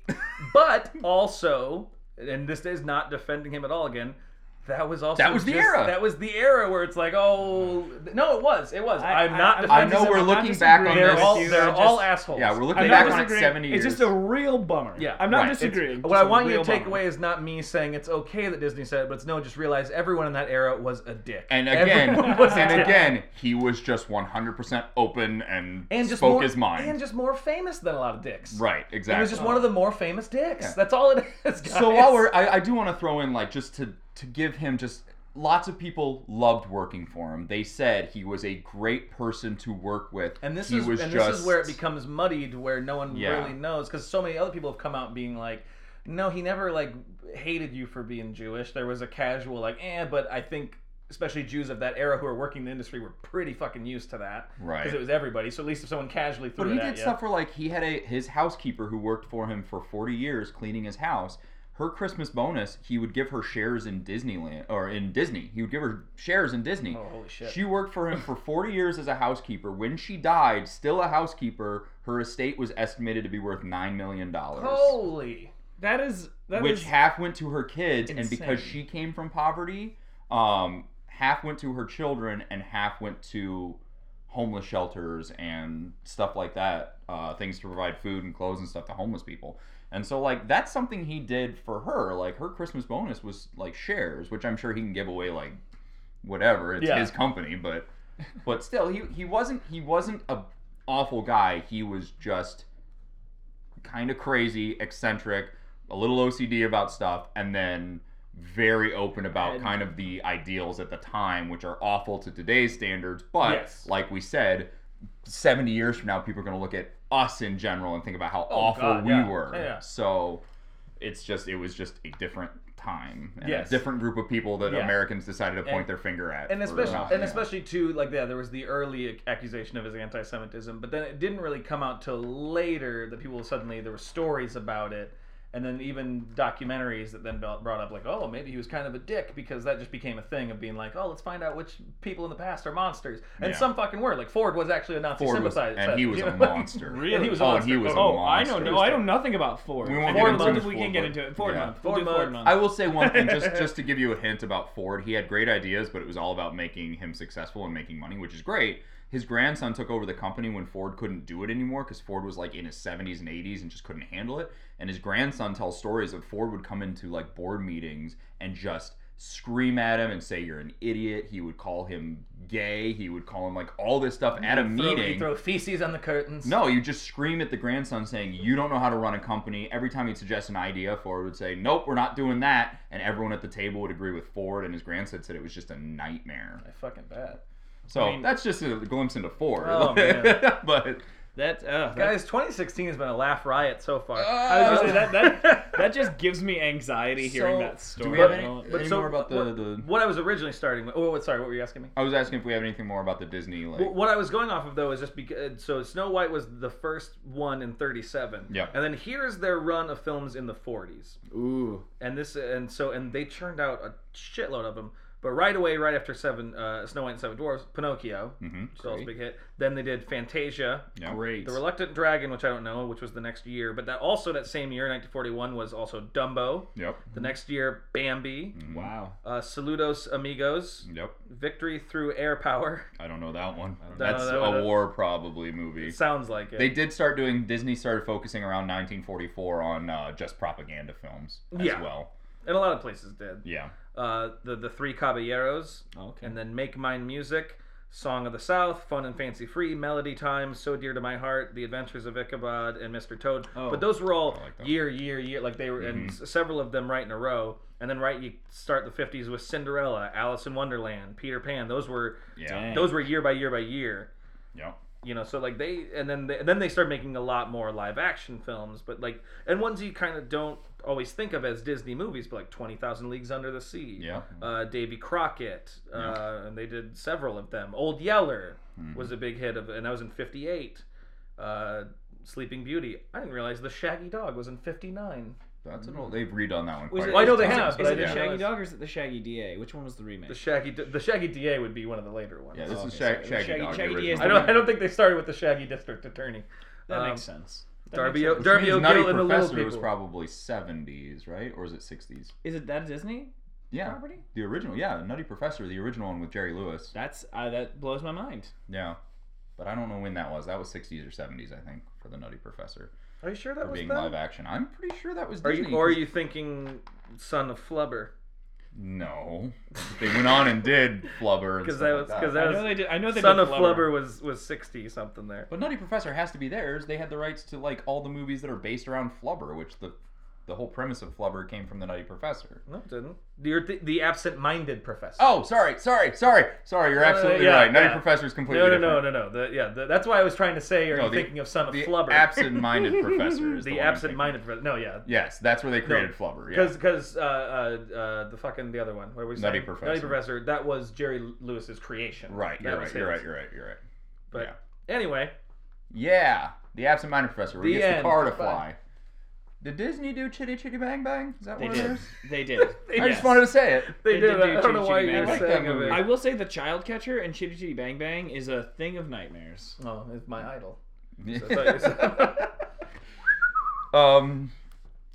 But also, and this is not defending him at all again. That was also
That was the
just-
era.
That was the era where it's like, oh no, it was, it was. I,
I-
am
I-
not
I'm
I
defending.
know
just-
we're
I'm
looking
just
back on
agreeing
they're
with
this.
all
you.
they're
I
all
just-
assholes.
yeah, we're looking
I'm
back
not
on it
disagreeing.
70 years.
It's just a real bummer.
Yeah,
I'm not
right. It's-
disagreeing.
What
just
I
a
want you to
real
take
bummer.
away is not me saying it's okay that Disney said it, but it's no, just realize everyone in that era was a dick.
And again,
Everyone was a
and
dick.
again, he was just 100% open and,
and just
spoke
more,
his mind.
and just more famous than a lot of dicks.
right, exactly.
He was just one of the more famous dicks.
Yeah.
That's all it is. Guys.
So while we're, I, I do want to throw in like just to to give him just lots of people loved working for him. They said he was a great person to work with.
And this
he
is
was
and
just,
this is where it becomes muddied, where no one
Yeah.
really knows, because so many other people have come out being like, "No, he never like hated you for being Jewish." There was a casual like, "Eh," but I think especially Jews of that era who were working in the industry were pretty fucking used to that
right.
because it was everybody. So at least if someone casually threw
But
it
he
at
did
you-
stuff where like he had a his housekeeper who worked for him for 40 years cleaning his house. Her Christmas bonus, he would give her shares in Disneyland or in Disney. He would give her shares in Disney.
Oh, holy shit!
She worked for him for 40 years as a housekeeper. When she died, still a housekeeper, her estate was estimated to be worth 9 million dollars.
holy.
That is that is
which half went to her kids and because
insane.
she came from poverty um, half went to her children and half went to homeless shelters and stuff like that uh, things to provide food and clothes and stuff to homeless people and so like that's something he did for her like her christmas bonus was like shares which i'm sure he can give away like whatever it's
Yeah.
his company but but still he, he wasn't he wasn't a awful guy he was just kind of crazy, eccentric, a little OCD about stuff, and then very open about
And-
kind of the ideals at the time, which are awful to today's standards. But
Yes.
like we said, 70 years from now, people are going to look at us in general and think about how
Oh,
awful
God,
we
yeah.
were.
Yeah.
So it's just, it was just a different time and
Yes.
a different group of people that
Yeah.
Americans decided to point
And-
their finger at.
and
for
especially
not,
and
yeah.
especially too like yeah there was the early ac- accusation of his anti-semitism but then it didn't really come out till later that people suddenly there were stories about it and then even documentaries that then brought brought up like oh maybe he was kind of a dick because that just became a thing of being like oh let's find out which people in the past are monsters and
Yeah.
some fucking were like ford was actually a nazi
Ford was,
sympathizer
and he was
you
a
know?
monster.
Really?
And he was a
Oh,
monster.
he was a
Oh, I
monster.
know. No, I know nothing about Ford.
We won't
Ford
get into
month.
this
We
Ford
can get
month.
into it. Ford
Yeah.
month. We'll
Ford
do Ford
month.
month.
I will say one thing, just just to give you a hint about Ford, he had great ideas, but it was all about making him successful and making money, which is great. His grandson took over the company when Ford couldn't do it anymore because Ford was like in his 70s and 80s and just couldn't handle it. And his grandson tells stories that Ford would come into like board meetings and just scream at him and say you're an idiot. He would call him gay. He would call him like all this stuff at a
Throw-
meeting.
he'd throw feces on the curtains
No, you just scream at the grandson saying, You don't know how to run a company. Every time he'd suggest an idea, Ford would say, Nope, we're not doing that. And everyone at the table would agree with Ford, and his grandson said it was just a nightmare.
I fucking bet
So
I mean-
that's just a glimpse into Ford.
Oh, man.
but
That uh, that,
guys 2016 has been a laugh riot so far
Ah.
I was gonna say that that that just gives me anxiety hearing
So,
that story.
do we have
I
any,
don't-
But
any
so
more about the,
what-
the.
what i was originally starting with oh what- sorry what were you asking me
I was asking if we have anything more about the Disney. Like,
Well, what I was going off of though is just because so Snow White was the first one in 37.
Yeah.
And then here's their run of films in the 40s.
Ooh,
And this and so and they churned out a shitload of them. But right away, right after Seven uh, Snow White and Seven Dwarfs, Pinocchio,
Mhm,
which was a
great.
big hit. Then they did Fantasia,
yeah.
great.
The Reluctant Dragon, which I don't know, which was the next year. But that also that same year, 1941, was also Dumbo.
Yep.
The next year, Bambi,
Mhm.
Wow.
uh, Saludos Amigos,
Yep.
Victory Through Air Power.
I don't know that one.
know
That's
that
a
one.
war, probably, movie.
It sounds like it.
They did start doing Disney started focusing around 1944 on uh, just propaganda films as
Yeah.
well.
and a lot of places did.
Yeah.
uh, the the Three Caballeros,
Okay.
and then Make Mine Music, Song of the South, Fun and Fancy Free, Melody Time, So Dear to My Heart, The Adventures of Ichabod, and Mr. Toad.
Oh,
but those were all
I like that. Mm-hmm.
year, year, year. Like they were, and s- several of them right in a row. And then right, you start the '50s with Cinderella, Alice in Wonderland, Peter Pan. Those were
Yeah.
Dang.
those were year by year by year.
Yep.
You know, so like they, and then they, and then they start making a lot more live action films, but like, and ones you kind of don't always think of as Disney movies, but like Twenty Thousand Leagues Under the Sea,
Yeah.
uh, Davy Crockett, uh, and they did several of them. Old Yeller
Mm-hmm.
was a big hit of, and that was in '58. Uh, Sleeping Beauty. I didn't realize the Shaggy Dog was in '59.
That's an old. They've redone that one.
Was
Quite
it-
a
I know
few
they
times,
have, but
is
I
it the
didn't
Shaggy
realize-
Dog or is it the Shaggy DA? Which one was the remake?
The Shaggy, D- the Shaggy DA would be one of the later ones.
Yeah, this
Oh,
is
okay,
Shag-
so
Shaggy,
Shaggy-
Dog. the
Shaggy D
original.
is
I don't, I don't think they started with the Shaggy District Attorney.
that
Um,
makes sense. That
Darby
makes
O-
sense.
Dar-
Which means
Darby
Nutty
O'Gill and the Little
Professor was
People.
probably 70s, right? Or is it 60s?
Is it that Disney
Yeah.
property?
The original, yeah, Nutty Professor, the original one with Jerry Lewis.
That's uh, that blows my mind.
Yeah. But I don't know when that was. That was 60s or 70s, I think, for the Nutty Professor.
Are you sure
For
that was
being
them?
live action. I'm pretty sure that was
Are
Disney.
you, or are
'cause-
you thinking Son of Flubber?
No. they went on and did Flubber and
Because
stuff
that
like
was
that.
because
I
that
know
was
they did. I know they
Son
did
of Flubber was was sixty something there.
But Nutty Professor has to be theirs. They had the rights to like all the movies that are based around Flubber, which the the whole premise of Flubber came from the Nutty Professor.
No, it didn't. You're th- the absent-minded professor.
Oh, sorry, sorry, sorry, sorry. You're
No, no,
absolutely
Uh, yeah,
right. Nutty
yeah.
Professor is completely
no, no, no,
different.
no, no. The, yeah, the, that's why I was trying to say. Are
No,
you
the-
thinking of son of
The
flubber?
absent-minded professor is the,
the
one I'm
absent-minded professor. No, yeah.
thinking. Yes, that's where they created Flubber. Yeah.
Because because uh, uh, uh, the fucking the other one where we
Nutty
said-
Professor.
Nutty Professor that was Jerry Lewis's creation.
Right.
That
You're
was
right. You're
his.
right. You're right. You're right.
But anyway,
Yeah, the absent-minded professor. Where he
The
gets
end.
the car to
Bye.
fly. Did Disney do Chitty Chitty Bang Bang? Is that
They
one of
did.
theirs?
They did.
They
I
Yes.
just wanted to say it.
they,
They
did.
did
I don't
do
know
Chitty
why
Chitty
you
Bang
were
Bang.
saying
I like
of
that
it.
I will say the child catcher and Chitty Chitty Bang Bang is a thing of nightmares.
Oh, it's my idol.
um,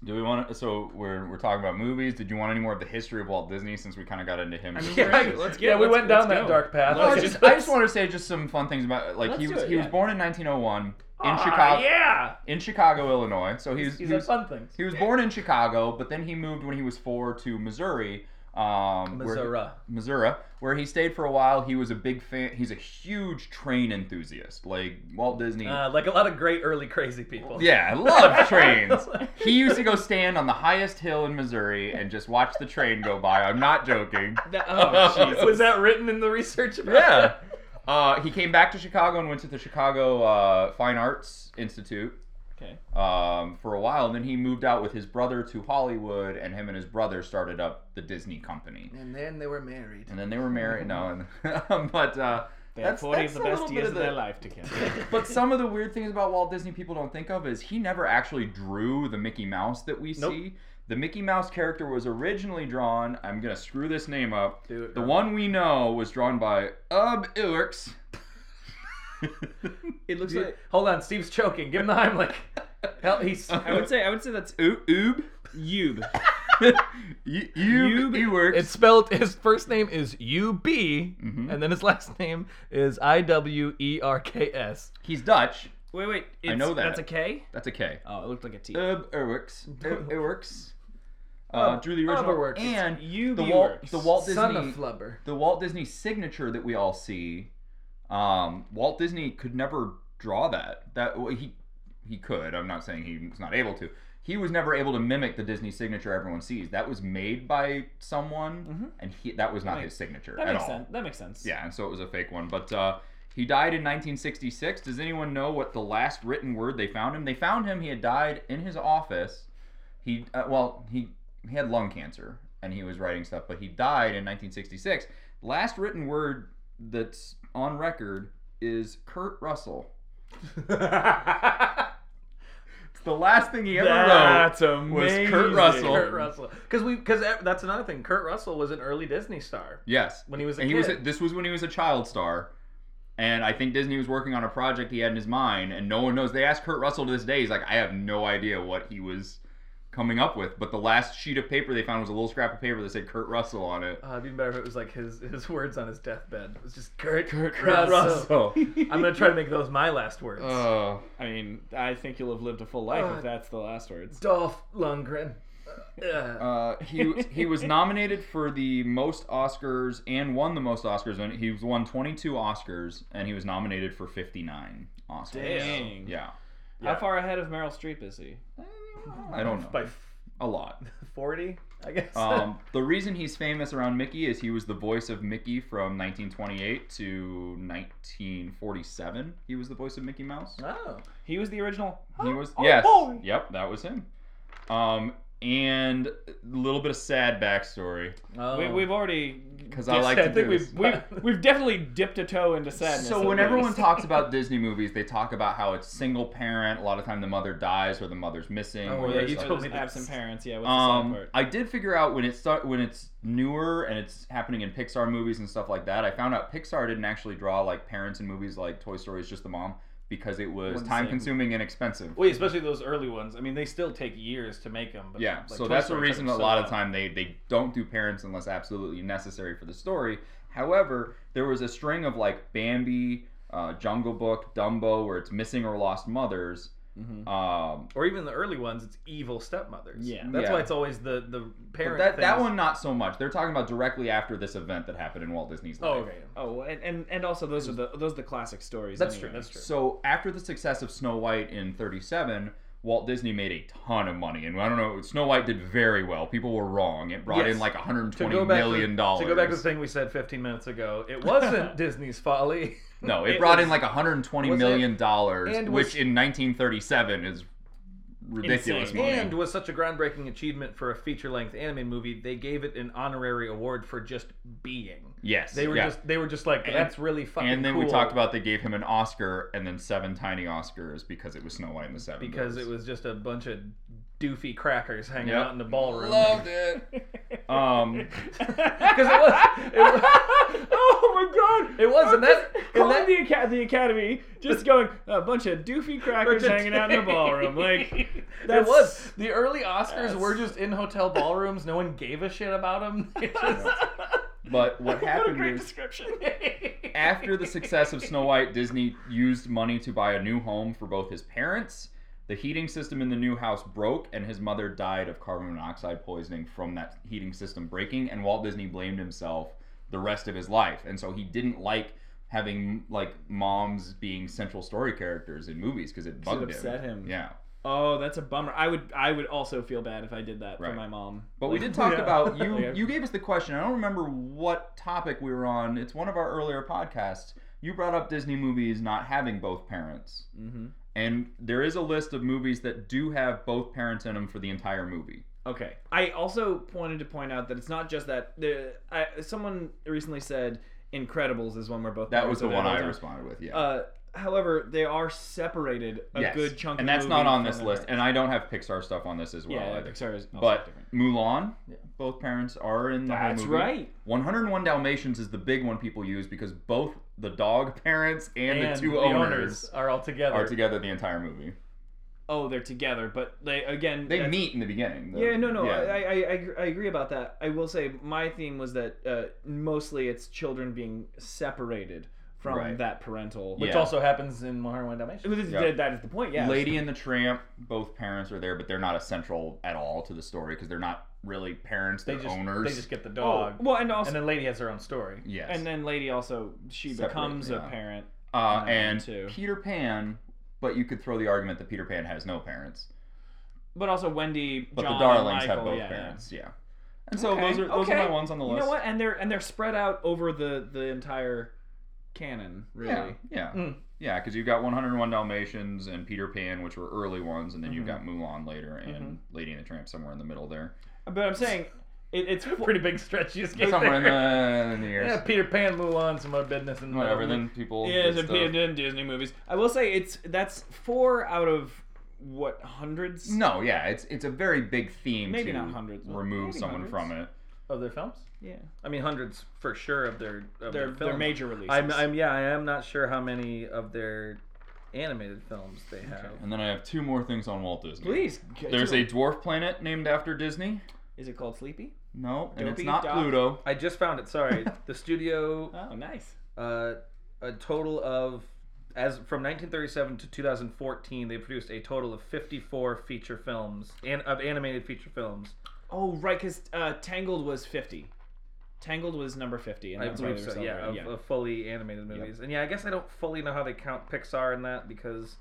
do we want to? So we're we're talking about movies. Did you want any more of the history of Walt Disney since we kind of got into him?
I mean,
yeah,
we're- let's get-
yeah, we
let's-
went down
let's
that
go.
dark path.
Well, I
Let's
just I just wanted to say just some fun things about like he
Let's
was
do it,
he was
yeah.
born in 1901 in
Ah,
Chicago
Yeah,
in Chicago Illinois. So he was
he's
he
a
was,
fun thing.
he was born in Chicago, but then he moved when he was four to Missouri. Um, where-
Missouri.
Missouri, where he stayed for a while. He was a big fan. He's a huge train enthusiast, like Walt Disney.
Uh, like a lot of great early crazy people.
yeah, love trains. He used to go stand on the highest hill in Missouri and just watch the train go by. I'm not joking.
That, oh, jeez.
Was that written in the research? About
Yeah. Uh, he came back to Chicago and went to the Chicago uh, Fine Arts Institute
Okay.
um, for a while. And then he moved out with his brother to Hollywood, and him and his brother started up the Disney Company.
And then they were married.
And then they were married. No, and, but uh,
Mm-hmm. They had 40 of the
a
best
little bit
years
of
of
the-
their life together.
But some of the weird things about Walt Disney people don't think of is he never actually drew the Mickey Mouse that we
Nope.
see. The Mickey Mouse character was originally drawn. I'm gonna screw this name up.
Do it,
the
Rob.
one we know was drawn by Ub Iwerks.
It looks like.
Hold on, Steve's choking. Give him the Heimlich. Hell, he's.
I would say I would say that's
Oob Oob
Yub.
Y- Ub
Ub-
Iwerks.
It's spelled. His first name is U and then his last name is I W E R K S.
He's Dutch.
Wait, wait. It's,
know that.
That's a K.
That's a K.
Oh, it looked like a T.
Ub Iwerks. Ub Iwerks. Uh, drew the original
Iwerks. It's
and
Ub
the Walt,
Iwerks.
the Walt Disney
Son of Flubber.
the Walt Disney signature that we all see, um, Walt Disney could never draw that. That well, he he could. I'm not saying he was not able to. He was never able to mimic the Disney signature everyone sees. That was made by someone, and he that was not
That
his signature
Mm-hmm. that
at
makes
all.
sense. That makes sense.
Yeah, and so it was a fake one. But uh, he died in 1966. Does anyone know what the last written word they found him? They found him. He had died in his office. He uh, well, he he had lung cancer and he was writing stuff, but he died in 1966. Last written word that's on record is Kurt Russell. It's the last thing he ever wrote.
amazing.
Kurt Russell.
Kurt Russell. Because we, because that's another thing. Kurt Russell was an early Disney star.
Yes,
When he was a
and
kid.
this was when he was a child star, and I think Disney was working on a project he had in his mind, and no one knows. They asked Kurt Russell to this day. He's like, I have no idea what he was coming up with. But the last sheet of paper they found was a little scrap of paper that said Kurt Russell on it.
Uh, it'd be better if it was like his his words on his deathbed. It was just Kurt, Kurt
Russell.
So,
I'm gonna try to make those my last words.
uh,
I mean, I think you'll have lived a full life
Uh,
if that's the last words.
Dolph Lundgren. Uh,
uh, he was- he was nominated for the most Oscars and won the most Oscars. And he was won 22 Oscars, and he was nominated for 59 Oscars.
Dang.
Yeah.
yeah.
How far ahead of Meryl Streep is he?
I don't know.
by
A lot.
forty, I guess.
Um, the reason he's famous around Mickey is he was the voice of Mickey from 1928 to 1947. He was the voice of Mickey Mouse.
oh,
He was the original.
He was
Oh,
yes,
boy.
yep, that was him. Um, and a little bit of sad backstory
oh.
We, we've already.
because I
Yes,
like
I
to
think
do
we've-
this.
We've, we've definitely dipped a toe into sadness.
So
at
when everyone
least.
talks about Disney movies, they talk about how it's single parent. A lot of time the mother dies or the mother's missing.
Oh,
or
yeah,
there's
you
a-
So
told
there's
me this.
absent parents. Yeah, what's the sad
Um,
part?
I did figure out when it start when it's newer and it's happening in Pixar movies and stuff like that. I found out Pixar didn't actually draw like parents in movies like Toy Story is just the mom because it was
Wasn't
time
same.
consuming and expensive.
Wait, especially those early ones. I mean, they still take years to make them. But
yeah,
like,
so
Toy
that's the
Story
reason a
took so
lot of
long.
time they they don't do parents unless absolutely necessary for the story. However, there was a string of like Bambi, uh, Jungle Book, Dumbo, where it's missing or lost mothers.
Mhm.
Mm-hmm.
Um,
Or even the early ones, it's evil stepmothers.
Yeah.
that's
Yeah.
why it's always the the
but
parent.
that that
things.
one not so much. They're talking about directly after this event that happened in Walt Disney's life.
Oh, okay.
Oh, and, and and also those are the those are the classic stories.
That's
anyway.
true. That's true.
So after the success of Snow White in 37, Walt Disney made a ton of money, and I don't know. Snow White did very well. People were wrong. It brought
Yes.
in like 120
To
million
go back to,
dollars.
to go back to the thing we said 15 minutes ago, it wasn't Disney's folly.
no, it, brought in
was
like 120
was it-
million dollars,
and
which
was-
in 1937 is ridiculous
Insane.
money.
and was such a groundbreaking achievement for a feature-length anime movie. They gave it an honorary award for just being.
yes,
They were
yeah.
just they were just like
And-
that's really fucking
And then we
cool,"
talked about they gave him an Oscar and then seven tiny Oscars because it was Snow White and the Seven.
because it
Dwarfs.
was just a bunch of doofy crackers hanging
Yep.
out in the ballroom.
loved it. um,
Because it was, it was
oh my god!
It was, and that-
Just
and
calling
that-
the, aca- the academy, just going a bunch of doofy crackers
Bunch of
hanging out in the ballroom. Like
it
that's,
was the early Oscars
Yes.
were just in hotel ballrooms. No one gave a shit about them. It just,
but what
What a
happened
great
is
description.
after the success of Snow White, Disney used money to buy a new home for both his parents. The heating system in the new house broke, and his mother died of carbon monoxide poisoning from that heating system breaking. And Walt Disney blamed himself the rest of his life, and so he didn't like having like moms being central story characters in movies because it bugged
upset him.
Yeah.
Oh, that's a bummer. I would I would also feel bad if I did that for
Right.
my mom.
But we
Like,
did talk
Yeah.
about you.
Yeah.
You gave us the question. I don't remember what topic we were on. It's one of our earlier podcasts. You brought up Disney movies not having both parents,
Mhm.
and there is a list of movies that do have both parents in them for the entire movie.
Okay. I also wanted to point out that it's not just that. The, I, someone recently said Incredibles is one where both.
That was
parents
the
are there
one
all
I
time.
responded with. Yeah.
Uh, however, they are separated a
Yes.
good chunk.
and
of
that's
the
not
movie
on
from
this
the
list.
parents.
And I don't have Pixar stuff on this as well.
yeah,
either.
Pixar is. also
But
different.
Mulan, both parents are in the whole
That's
movie.
right.
101 Dalmatians is the big one people use because both the dog parents and, the two owners
are all together.
are together the entire movie.
Oh, they're together, but they again.
They
that's-
meet in the beginning. though.
Yeah, no, no,
Yeah.
I, I, I, agree- I agree about that. I will say my theme was that uh, mostly it's children being separated from
Right.
that parental.
which
Yeah.
also happens in 101 Dalmatians.
Which is-
Yeah.
that is the point. Yeah,
Lady and the Tramp, both parents are there, but they're not essential at all to the story because they're not really parents,
They
they're
just
owners.
they just get the
Oh,
dog,
well, and also
and then Lady has her own story.
yes.
And then Lady also she
Separate,
becomes
yeah.
a parent.
uh,
and
and
too.
Peter Pan, but you could throw the argument that Peter Pan has no parents.
But also Wendy,
But
John,
the Darlings
Michael,
have both
yeah, yeah.
parents, yeah. And so
Okay,
those are those
okay.
are my ones on the
You
list.
know what? And they're and they're spread out over the the entire canon, really.
Yeah, yeah,
Mm.
yeah. Because you've got 101 Dalmatians and Peter Pan, which were early ones, and then you've got
Mhm.
Mulan later, and Lady and the Tramp somewhere in the middle there,
But I'm saying it, it's
Pretty big stretch you just gave
somewhere in
there.
the, in the years.
Yeah, Peter Pan, Mulan, some other business, and
whatever. Then people.
yeah,
get
it's a
stuff.
in Disney movies. I will say it's that's four out of what hundreds?
No, yeah, it's it's a very big theme.
Maybe
to
not hundreds, but
Remove
maybe
someone
hundreds.
from it.
of their films.
Yeah,
I mean, hundreds for sure of their of
they're
their, films.
they're major releases.
I'm, I'm yeah, I am not sure how many of their animated films they have.
And then I have two more things on Walt Disney.
Please. get
There's
to
a
it.
dwarf planet named after Disney.
Is it called Sleepy?
No, and it's
Dopey
not
Doc.
Pluto.
I just found it. Sorry, the studio
Oh, nice.
uh, a total of as from 1937 to 2014 they produced a total of 54 feature films and of animated feature films
Oh right, because uh, Tangled was fifty. Tangled was number fifty, and
i
that's why
believe
they were
so yeah of,
celebrating.
of fully animated movies and yeah i guess i don't fully know how they count pixar in that because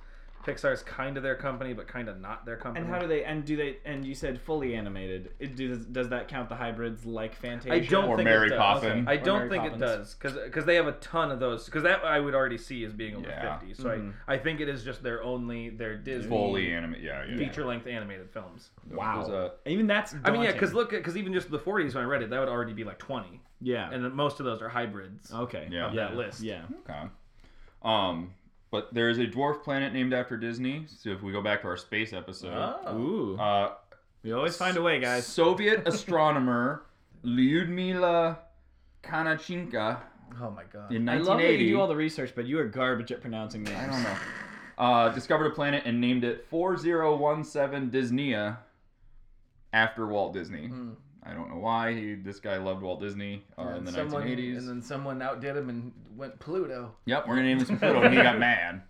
pixar is kind of their company but kind of not their company
And how do they? And do they? And you said fully animated. It- does, does that count the hybrids like Fantasia?
I don't
Or
think
Mary
it does.
Poppins.
I
Or
don't
Mary
think
Poppins.
it does because they have a ton of those because that I would already see as being over
Yeah.
50. So
Mm-hmm.
I, I think it is just their only their Disney
Fully animated. Yeah, yeah.
feature length animated films.
Wow.
There's a-
Even that's.
I mean, yeah,
daunting.
because look, because even just the 40s when I read it, that would already be like 20,
Yeah. Oh.
and then most of those are hybrids.
okay.
Yeah.
Of
Yeah. list.
Yeah.
Okay. Um, but there is a dwarf planet named after Disney. So if we go back to our space episode,
Oh.
Ooh.
uh,
we always find a way, guys.
Soviet astronomer Lyudmila Kanachinka
Oh my god.
in 1980.
I love that you do all the research, but you are garbage at pronouncing names.
I don't know. Uh, discovered a planet and named it 4017 Disneya after Walt Disney. I don't know why he, this guy loved Walt Disney uh, in the 1980s.
and then someone outdid him and went Pluto.
Yep, we're gonna name this one Pluto, and he got mad.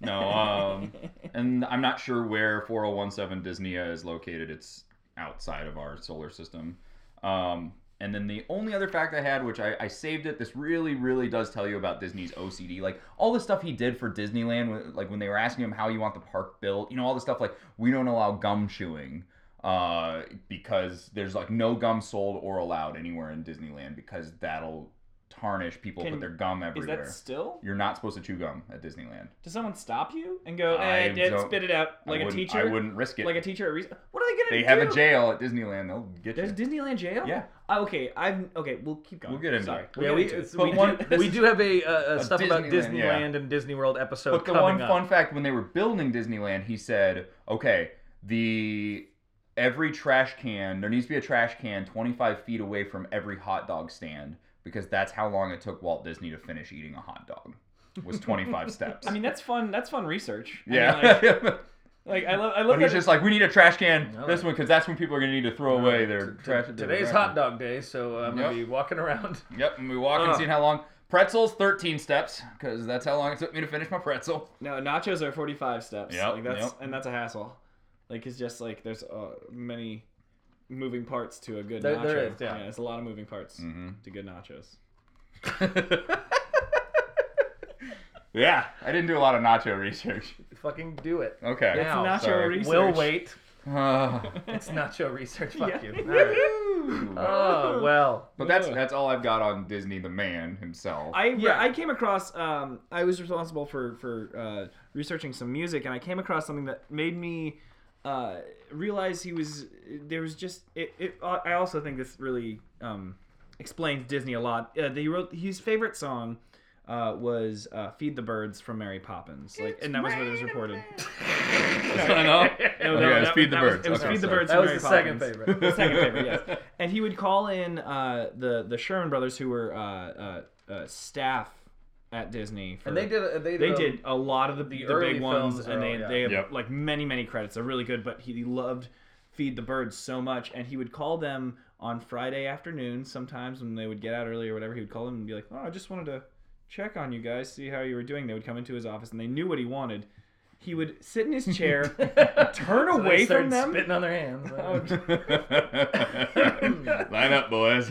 No, um, and I'm not sure where 4017 Disneya is located. It's outside of our solar system. Um, And then the only other fact I had, which I, I saved it, this really, really does tell you about Disney's OCD. Like all the stuff he did for Disneyland, when- like when they were asking him how you want the park built, you know, all the stuff like we don't allow gum chewing uh, because there's like no gum sold or allowed anywhere in Disneyland because that'll tarnish people
Can-
put their gum
Is
everywhere.
that still?
You're not supposed to chew gum at Disneyland.
Does someone stop you and go,
I
eh, Dad,
don't-
spit it out
I
like a
wouldn't-
teacher?
I wouldn't risk it.
Like a teacher at reason. What are they gonna
they
do?
have a jail at Disneyland. They'll get
There's
you.
Disneyland jail.
Yeah.
Ah, okay. I've okay. We'll keep going.
We'll get into
Sorry.
it.
We'll
yeah,
get
we,
into it.
it's- we,
But one-
do,
this
we
is-
do have a, uh,
a
stuff about
Disneyland, yeah.
Disneyland and Disney World episode
But the
coming
one
up.
fun fact when they were building Disneyland, he said, "Okay, the every trash can there needs to be a trash can 25 feet away from every hot dog stand because that's how long it took Walt Disney to finish eating a hot dog was 25 steps."
I mean, that's fun. That's fun research. I mean,
yeah.
like, like, I love. I love
but
that.
he's just like, we need a trash can.
No.
This one, because that's when people are gonna need to throw away their trash. their
Today's
trash.
hot dog day, so uh, I'm gonna
Yep.
be walking around.
Yep, and we walk and
Ugh.
see how long. Pretzels, 13 steps, because that's how long it took me to finish my pretzel.
no, nachos are forty-five steps.
Yep,
Like that's
yep.
and that's a hassle. Like it's just like there's uh, many moving parts to a good
There-
nacho.
there is, yeah.
There's a lot of moving parts
Mm-hmm.
to good nachos.
Yeah, I didn't do a lot of nacho research.
Fucking do it.
Okay.
Yeah. Now,
it's nacho
sorry.
research.
We'll wait.
Ah.
It's nacho research. Fuck
Yeah.
you. All right. Oh well.
but that's
Ugh.
that's all I've got on Disney the man himself.
I,
Yeah.
I came across um, I was responsible for for uh, researching some music and I came across something that made me uh, realize he was there was just it, it uh, I also think this really um, explains Disney a lot. Uh, they wrote his favorite song uh, was uh, "Feed the Birds" from Mary Poppins, like, and that was what it was reported.
No,
No,
Okay,
no,
it's
that-
Feed the
that was-
Birds.
It was
Okay,
"Feed the
sorry.
Birds."
That
from
was
Mary
the second
Poppins.
favorite.
The second favorite, yes. And he would call in uh, the the Sherman brothers, who were uh, uh, uh, staff at Disney. For,
And they did. a- They did.
They
a-
did a lot of the, the,
early
big ones,
films are
and they
all- yeah.
they have
Yep.
like many many credits. They're really good, but he loved Feed the Birds so much, and he would call them on Friday afternoons sometimes when they would get out early or whatever. He would call them and be like, "Oh, I just wanted to check on you guys, see how you were doing." They would come into his office, and they knew what he wanted. He would sit in his chair, turn
So they
away
started
from them. Oh,
Spitting on their hands.
Line up, boys.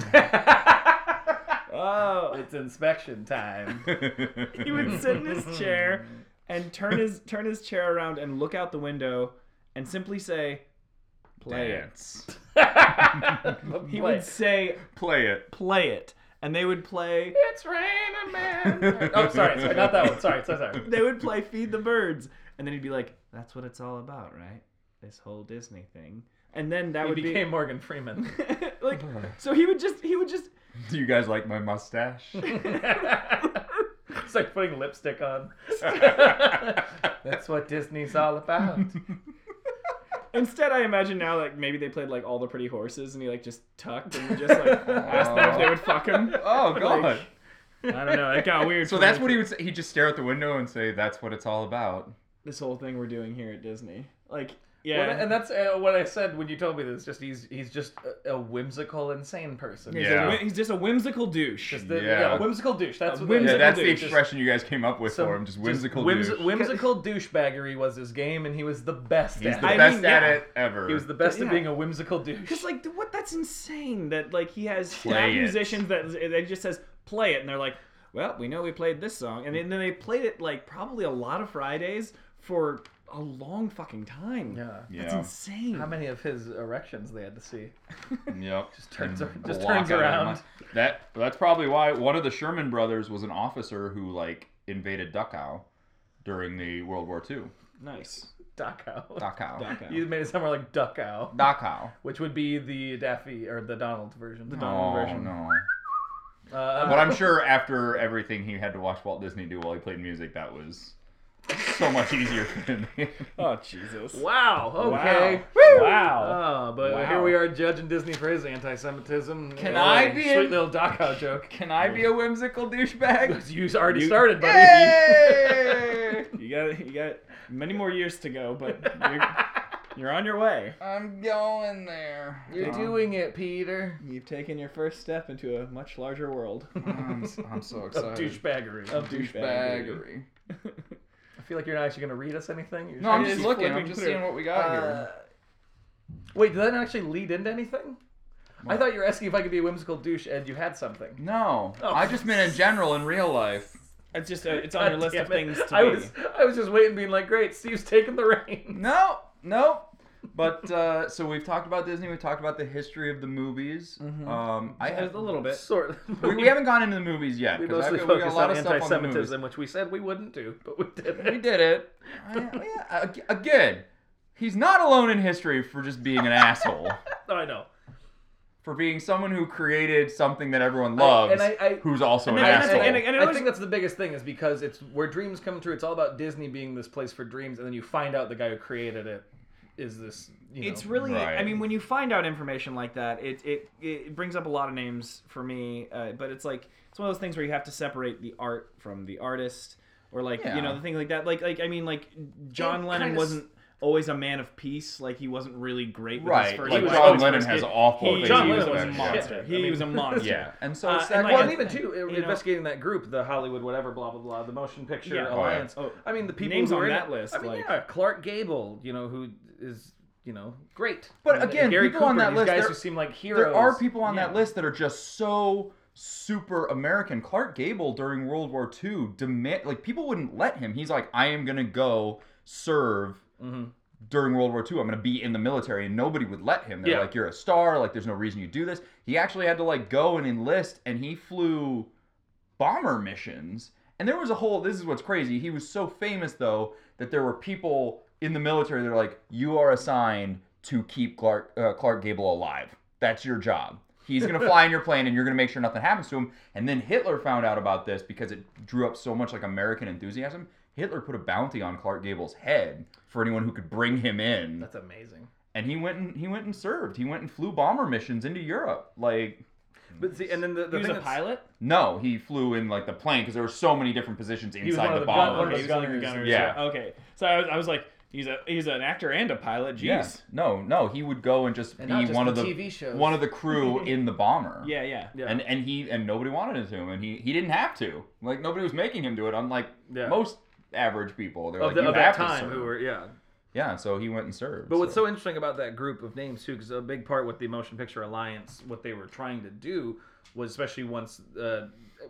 Oh,
it's inspection time.
he would sit in his chair and turn his turn his chair around and look out the window and simply say, "Play it."
Dance.
He
Play.
would say,
Play it.
play it. And they would play
It's raining man. oh, sorry, sorry, not that one. Sorry, sorry, sorry.
they would play Feed the Birds. And then he'd be like, That's what it's all about, right? This whole Disney thing. And then that
He
would
became Morgan Freeman.
be like so he would just he would just
Do you guys like my mustache?
it's like putting lipstick on. That's what Disney's all about.
instead I imagine now like maybe they played like all the pretty horses and he like just tucked and just like asked them if they would fuck him.
oh god.
Like- I don't know, that got weird.
so
for
that's
me.
what he would say. He'd just stare out the window and say, "That's what it's all about."
this whole thing we're doing here at Disney. Like yeah.
Well, and that's uh, what I said when you told me this. Just he's he's just a, a whimsical, insane person.
he's,
Yeah.
a, whi- he's just a whimsical douche.
Just the, yeah.
Yeah.
whimsical douche. That's
A
what
Yeah,
Whimsical
that's the
douche. Just-
expression you guys came up with
some-
for him. Just whimsical
whims-
douche.
Whimsical douchebaggery was his game, and he was the best
He's
at
the
I
it.
best
mean,
at
yeah.
it ever.
He was the best
Yeah.
at being a whimsical douche.
Because like th- what? That's insane. That like he has staff
Play it.
musicians that they just says play it, and they're like, well, we know we played this song, and then then they played it like probably a lot of Fridays for a long fucking time.
yeah.
That's
yeah.
insane.
How many of his erections they had to see?
Yep.
Just turns ar-
And
just
block
turns
out
around.
everyone. That that's probably why one of the Sherman brothers was an officer who like invaded Dachau during the World War II.
nice.
Dachau.
Dachau.
Duck out.
You made it somewhere like Dachau,
Dachau.
which would be the Daffy or the Donald version. The
Donald
oh
version.
no.
Uh,
But I'm sure after everything he had to watch Walt Disney do while he played music, that was so much easier than
Oh Jesus.
wow. Okay.
Wow. wow.
Oh, but
Wow.
here we are judging Disney for his anti-Semitism.
Can
Oh,
I be
sweet
in-
little Dachau joke?
Can I be a whimsical douchebag?
You already started, buddy.
Yay!
You got you got many more years to go, but you're, you're on your way.
I'm going there. Um,
You're doing it, Peter.
You've taken your first step into a much larger world
I'm, I'm so
Of douchebaggery.
of douchebaggery.
I feel like you're not actually going to read us anything. You're
No, I'm
It
just
is
looking. I'm
flipping
just
through.
seeing what we got here.
Uh, Wait, did that actually lead into anything? I thought you were asking if I could be a whimsical douche, and you had something.
No,
Oh.
I just mean in general in real life.
It's just uh it's on your
God
list of
damn it.
things to
I
be.
was I was just waiting, being like, "Great, Steve's taking the reins."
No, no. But uh, so we've talked about Disney. We've talked about the history of the movies.
Mm-hmm.
Um, I
Just a
have,
little bit.
Sort of.
we, we haven't gone into the movies yet
We
because
mostly
we got a
focused
lot of
on
stuff on the movies.
anti-Semitism, which we said we wouldn't do, but we did
We
it.
did it. I- yeah, ag- again, he's not alone in history for just being an asshole.
Oh, I know.
For being someone who created something that everyone loves,
and I- I-
who's also an
then-
And,
and-
asshole.
and,
and- and it
I
was-
think that's the biggest thing is because it's where dreams come true. It's all about Disney being this place for dreams, and then you find out the guy who created it is this. You know,
It's really, I
Right.
mean, when you find out information like that, it it, it brings up a lot of names for me. Uh, but it's like it's one of those things where you have to separate the art from the artist, or like you know
Yeah.
the thing like that. Like like I mean, like John
And
Lennon
kinda s-
wasn't always a man of peace. Like he wasn't really great. With His
right,
first
like
was
wife.
John
always
Lennon
first
has
kid.
awful
He,
things.
John
he
Lennon
was
was a
about.
monster. He
I mean-
was a monster.
Yeah, and so
Uh,
it's that
and, like,
Well,
kind
and
of-
even too
you know-
investigating that group, the Hollywood whatever, blah blah blah, the Motion Picture
Yeah. Oh, yeah.
Alliance.
Oh,
I mean, the people
names
who
on
are in
that
it-
list,
I mean,
like-
yeah, Clark Gable, you know, who is you know great.
But
And
again,
Gary
people on
Cooper,
that
these
list,
guys
there-
who seem like heroes.
there are people on that
Yeah.
list that are just so super American. Clark Gable during World War II demand like people wouldn't let him. He's like, I am gonna go serve
Mhm.
during World War II. I'm gonna be in the military, and nobody would let him. They're
Yeah.
like, you're a star. Like, there's no reason you do this. He actually had to like go and enlist, and he flew bomber missions. And there was a whole. This is what's crazy. He was so famous though that there were people in the military that are like, you are assigned to keep Clark uh, Clark Gable alive. That's your job. He's gonna fly in your plane, and you're gonna make sure nothing happens to him. And then Hitler found out about this because it drew up so much like American enthusiasm. Hitler put a bounty on Clark Gable's head for anyone who could bring him in,
That's amazing.
and he went and he went and served. He went and flew bomber missions into Europe. Like,
But see, and then the, the
He was
thing
a
that's-
pilot.
no, he flew in like the plane because there were so many different positions
He was one
inside
of
the
the gun- one
bomber.
of the
Okay, Oh, he's like a
gunners.
gunner.
Yeah.
Okay. So I was, I was like, he's a he's an actor and a pilot. Jeez.
Yeah. No, no, he would go and just
And
be
not just
one
the
of the
TV shows.
one of the crew in the bomber.
Yeah. Yeah.
Yeah.
And and he and nobody wanted him to, and he he didn't have to. Like nobody was making him do it. Unlike
Yeah.
most average people, they're
of,
like
the,
you
of
have
that
to
time,
serve."
who were yeah.
yeah. So he went and served.
But what's
so,
so interesting about that group of names too, because a big part with the Motion Picture Alliance, what they were trying to do was, especially once uh,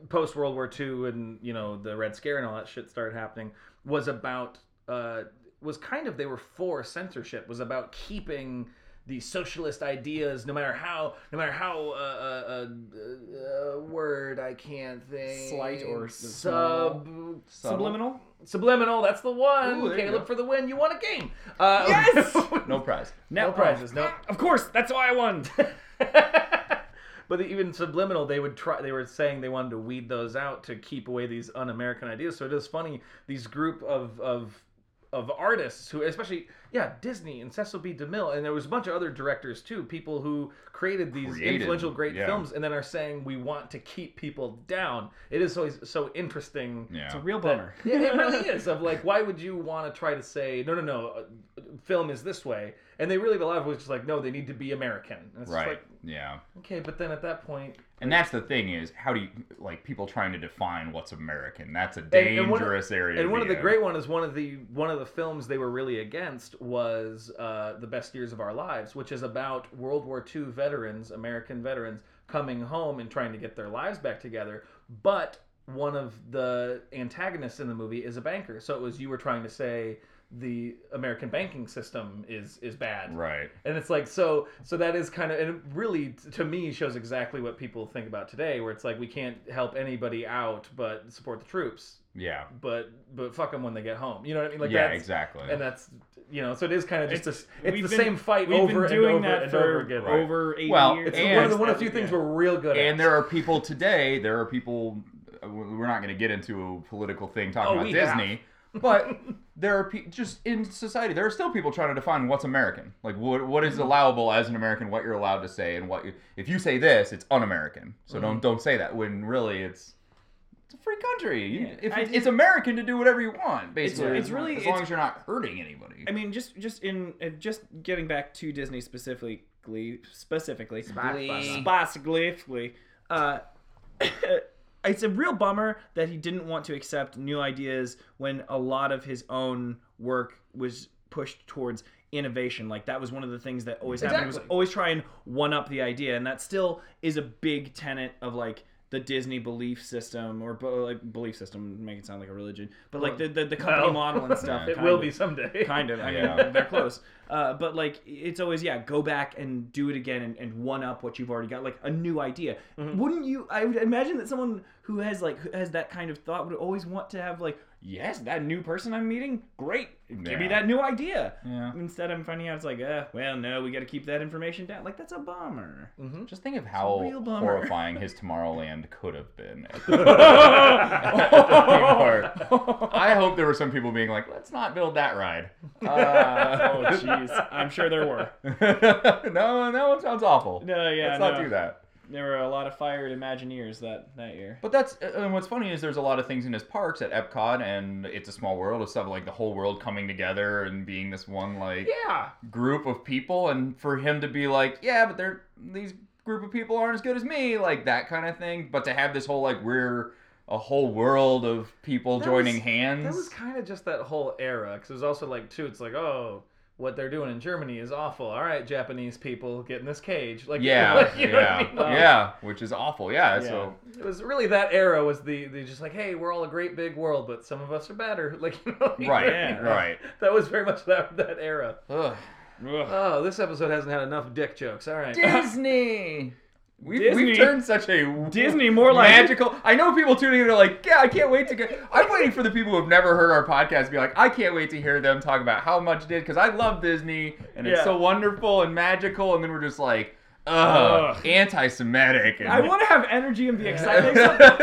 post World War II and you know the Red Scare and all that shit started happening, was about uh, was kind of they were for censorship, was about keeping the socialist ideas, no matter how, no matter how uh, uh, uh, uh, word I can't think,
Slight or small.
sub
Subliminal.
subliminal. That's the one.
Ooh, there you
Caleb
go.
for the win. You won a game. Uh,
Yes!
no prize.
No prizes, no.
Of course, that's why I won.
but the, even subliminal, they would try. They were saying they wanted to weed those out to keep away these un-American ideas. So it is funny these group of of of artists who, especially yeah, Disney and Cecil B. DeMille, and there was a bunch of other directors too, people who created these
Created,
influential great
yeah.
films, and then are saying we want to keep people down. It is always so interesting.
It's a
Yeah.
real bummer.
Yeah, it really is. Of like, why would you want to try to say no, no, no? uh, Film is this way, and they really a lot of it was just like, no, they need to be American. And it's just
Right.
like,
yeah.
okay, but then at that point,
And that's the thing is, how do you like people trying to define what's American? That's a
and- and
dangerous
one of-
area. to
and one
be
of the
in.
great one is one of the one of the films they were really against was uh, the best years of our lives, which is about World War II veterans, American veterans, coming home and trying to get their lives back together. But one of the antagonists in the movie is a banker, so it was you were trying to say the American banking system is is bad,
Right.
and it's like so so that is kind of and it really t- to me shows exactly what people think about today, where it's like we can't help anybody out but support the troops
Yeah.
but but fuck them when they get home. You know what I mean? Like
yeah.
that's,
Exactly.
And that's you know, so it is kind of just
It's-
it's, it's the
we've been-
same fight
We've
over
been doing
and over
that
and
for
over again.
Right.
over eight
Well,
years.
it's
It's one of the one of few things we're real good at.
And there are people today. There are people. uh, We're not going to get into a political thing talking
Oh,
about
we have.
Disney, but there are pe- just in society. There are still people trying to define what's American. Like what what
Mm-hmm.
is allowable as an American, what you're allowed to say, and what you, if you say this, it's un-American. So
Mm-hmm.
don't don't say that. When really it's it's a free country. You-
Yeah.
If
I
it's,
think-
it's American to do whatever you want, basically.
it's
as long-
really-
as long
it's-
as you're not hurting anybody.
I mean, just just in uh, just getting back to Disney specifically, specifically, specifically, uh, it's a real bummer that he didn't want to accept new ideas when a lot of his own work was pushed towards innovation. Like that was one of the things that always happened was
Exactly.
always try and one up the idea, and that still is a big tenet of like the Disney belief system or bo- like belief system make it sound like a religion, but like the the, the company
Well,
model and stuff.
it
kind
will
of.
be someday.
Kind of. I
Yeah.
mean, they're close. Uh, but like, it's always yeah. Go back and do it again, and, and one up what you've already got, like a new idea. Wouldn't you? I would imagine that someone who has like who has that kind of thought would always want to have like, yes, that new person I'm meeting, great, give me
Yeah.
that new idea.
Yeah.
Instead, I'm finding out it's like, uh, well, no, we got to keep that information down. Like that's a bummer.
Just think of how
real bummer.
horrifying his Tomorrowland could have been. At the, at the theme
Mm-hmm.
park. I hope there were some people being like, "Let's not build that ride."
oh
Uh,
jeez, I'm sure there were.
no, no, it sounds awful.
No, yeah,
Let's not
no.
do that.
There were a lot of fired Imagineers that that year.
But that's uh, and what's funny is there's a lot of things in his parks at Epcot and It's a Small World of stuff like the whole world coming together and being this one like
Yeah.
group of people, and for him to be like, yeah, but they're these group of people aren't as good as me, like that kind of thing. But to have this whole like we're a whole world of people
That
joining
was-
hands.
That was kind of just that whole era, because it was also like too. It's like, oh, what they're doing in Germany is awful. All right, Japanese people, get in this cage. Like,
yeah,
you know what I
yeah,
mean? Like,
yeah, which is awful. Yeah, so
It was really that era was the the just like, hey, we're all a great big world, but some of us are better. Like, you know, like-
right,
Yeah.
right.
That was very much that that era.
Ugh.
Ugh.
Oh, this episode hasn't had enough dick jokes. All right.
Disney. We've,
Disney.
we've turned such a
Disney, more like-
magical. I know people tuning in are like, yeah, I can't wait to get. I'm waiting for the people who have never heard our podcast to be like, I can't wait to hear them talk about how much did because I love Disney and it's
Yeah.
so wonderful and magical, and then we're just like, ugh,
Ugh.
anti-Semitic. And
I want to have energy and be excited.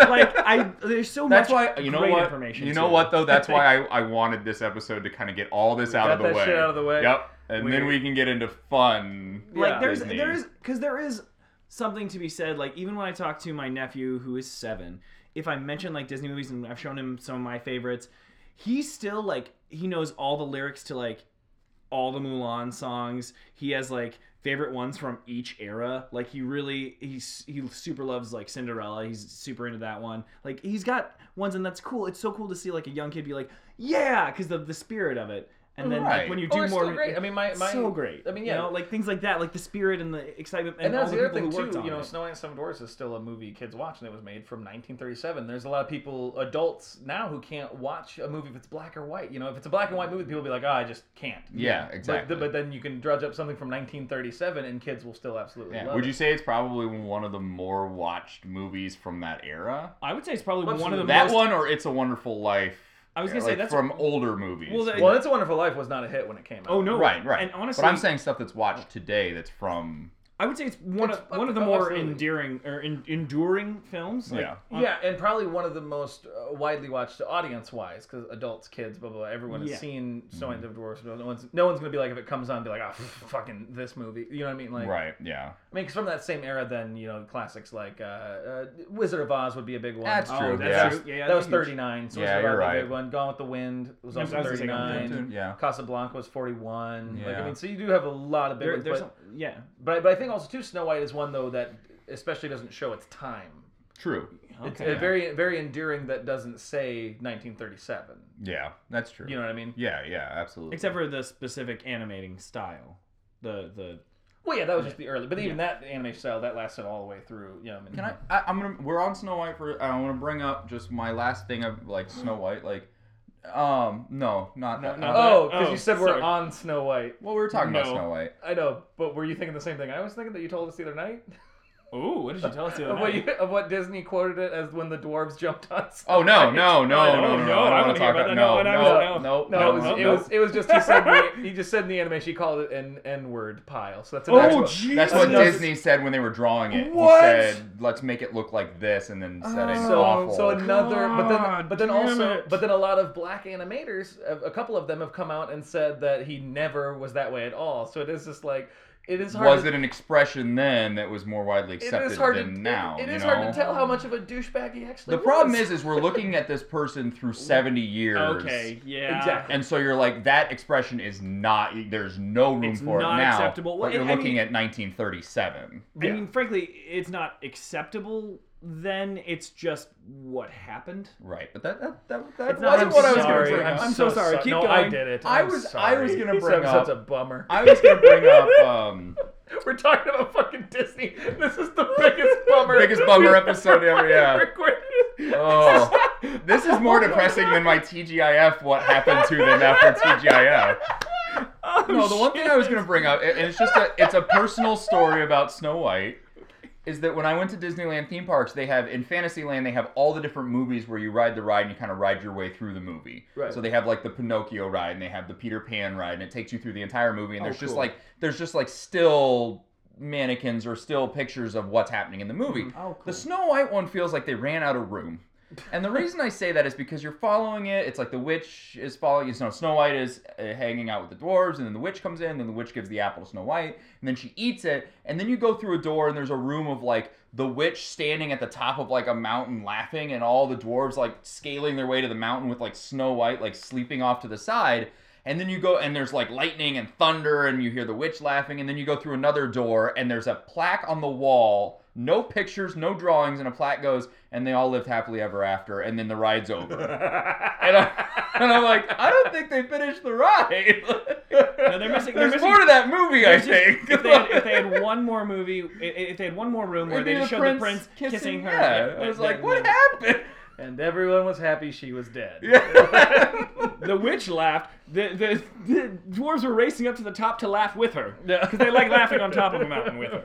like I, there's so
That's
much.
why you know
great
what
Information
you know
too.
what though. That's why I, I wanted this episode to kind of get all this out
got
of the
that
way.
shit out of the way.
Yep, and then
We-
we can get into fun.
Like
Yeah.
there's
Disney.
there is because there is something to be said. Like even when I talk to my nephew who is seven, if I mention like Disney movies and I've shown him some of my favorites, he's still like he knows all the lyrics to like all the Mulan songs. He has like favorite ones from each era. Like he really he's he super loves like Cinderella. He's super into that one. Like he's got ones and that's cool. It's so cool to see like a young kid be like, "Yeah," cuz of the spirit of it. And then like,
Right.
when you
Oh,
do
it's
more
still great. I mean, my, my
so great.
I mean,
you
yeah.
know, like things like that, like the spirit and the excitement and,
and that's
all
the
the
other thing
people who
too.
worked on
You know,
it.
Snow White and Seven Dwarfs is still a movie kids watch, and it was made from 1937. There's a lot of people, adults now, who can't watch a movie if it's black or white. You know, if it's a black and white movie, people be like, "Oh, I just can't."
Yeah,
But-
exactly.
But, then you can drudge up something from 1937, and kids will still absolutely
Yeah.
love
Would
it.
you say it's probably one of the more watched movies from that era?
I would say it's probably
What's
one of the
that
most.
one or It's a Wonderful Life?
I was gonna
Yeah,
say
like,
that's-
from older movies.
Well, that-
Well, It's a Wonderful Life was not a hit when it came out.
Oh no!
right, right.
And honestly,
but I'm saying stuff that's watched today that's from.
I would say it's one
It's-
of one of the
oh,
more
absolutely.
endearing or en- enduring films. Like,
Yeah.
on-
yeah, and probably one of the most uh, widely watched audience-wise, because adults, kids, blah blah, blah everyone
Yeah.
has seen
Mm-hmm.
Snow White and the Dwarfs. No one's, no one's gonna be like, if it comes on, be like, "Ah, f- fucking this movie." You know what I mean? Like,
right. Yeah.
I mean, 'cause from that same era, then you know, classics like uh, uh, Wizard of Oz would be a big one.
That's
Oh,
true.
that's
yeah.
true. Yeah, yeah,
that was
huge.
39. So
Yeah,
Wizard of Oz
you're
would be a
right.
big one. Gone with the Wind was
I was
also
gonna say Gone with the
39.
Yeah.
Casablanca was 41. Like, I
Yeah.
mean, so you do have a lot of big
There-
ones. but,
there's some- yeah.
but, I, but I think also too, Snow White is one though that especially doesn't show its time.
True.
It's
Okay.
uh, very very enduring that doesn't say 1937.
Yeah. That's true.
You know what I mean?
Yeah. Yeah. Absolutely.
Except for the specific animating style, the the
Well, yeah, that was just the early. But even that animation style that lasted all the way through. You know, what I mean?
Can I, I? I'm gonna. We're on Snow White for. I want to bring up just my last thing of like Snow White. Like, um, no, not that.
no,
uh,
Oh, because
Oh,
you said we're
sorry.
on Snow White.
well, we were talking about
No.
Snow White.
I know, but were you thinking the same thing I was thinking that you told us the other night?
oh, what did you tell us the other
of, what
night?
you, of what Disney quoted it as when the dwarves jumped on. Snow
Oh no,
White.
no, no,
I
no, no,
don't
no!
know.
I don't
I don't
want to talk
hear
about
about
no,
that.
no, no,
No,
No, it was it
no.
was it was just he said in the, he just said in the animation he called it an N word pile. So that's an
Oh,
actual-
Jesus.
That's what
Another-
Disney said when they were drawing it.
What?
He said, "Let's make it look like this," and then said it's
So,
awful.
so another, but then,
God
but then
damn
also,
it.
but then a lot of black animators, a, a couple of them have come out and said that he never was that way at all. So it is just like, it is hard.
was
to,
it an expression then that was more widely
it is
accepted
hard
than
to,
now?
It, it
you
is
know?
hard to tell how much of a douchebag he actually.
The problem
was.
is, is we're looking at this person through seventy years.
Okay. Yeah.
Exactly.
And so you're like, that expression is not. There's no room
It's
for
not
it now.
acceptable. Well,
But you're
and- I
looking
mean-
at 1937.
I
Yeah.
mean, frankly, it's not acceptable then it's just what happened.
Right, but that that that, that
It's not-
wasn't
I'm
what I was going
sorry,
to bring
I'm
up.
so sorry. Keep
no, I
going.
did it.
I
I'm
was- I
sorry.
was gonna
This
bring
episode's
up-
a bummer.
I was going to bring up um,
We're talking about fucking Disney. This is the biggest bummer.
Biggest bummer
we've
episode ever, yeah.
recorded.
Oh, this is more depressing than my TGIF. What happened to them after TGIF?
Oh,
No, the one thing I was going to bring up, and it's just a, it's a personal story about Snow White, is that when I went to Disneyland theme parks, they have in Fantasyland they have all the different movies where you ride the ride and you kind of ride your way through the movie.
Right.
So they have like the Pinocchio ride and they have the Peter Pan ride, and it takes you through the entire movie. And
Oh,
there's just
cool.
like there's just like still mannequins or still pictures of what's happening in the movie.
Oh, cool.
The Snow White one feels like they ran out of room. And the reason I say that is because you're following it. It's like the witch is following you. know, Snow White is uh, hanging out with the dwarves, and then the witch comes in, and then the witch gives the apple to Snow White, and then she eats it. And then you go through a door, and there's a room of like the witch standing at the top of like a mountain laughing, and all the dwarves like scaling their way to the mountain with like Snow White like sleeping off to the side. And then you go, and there's like lightning and thunder, and you hear the witch laughing. And then you go through another door, and there's a plaque on the wall. No pictures, no drawings, and a plaque goes, and they all lived happily ever after. And then the ride's over. and, I, and I'm like, I don't think they finished the ride.
No, they're missing- they're
there's
missing-
more to that movie, I
There's just-
think.
if, they had, if they had one more movie, i- i- if they had one more room where
Maybe
they just showed the prince kissing, her,
Yeah,
yeah,
I was
then-
like, what
then-
happened?
And everyone was happy she was dead.
The witch laughed. The, the the dwarves were racing up to the top to laugh with her
Yeah.
because they like laughing on top of a mountain with her.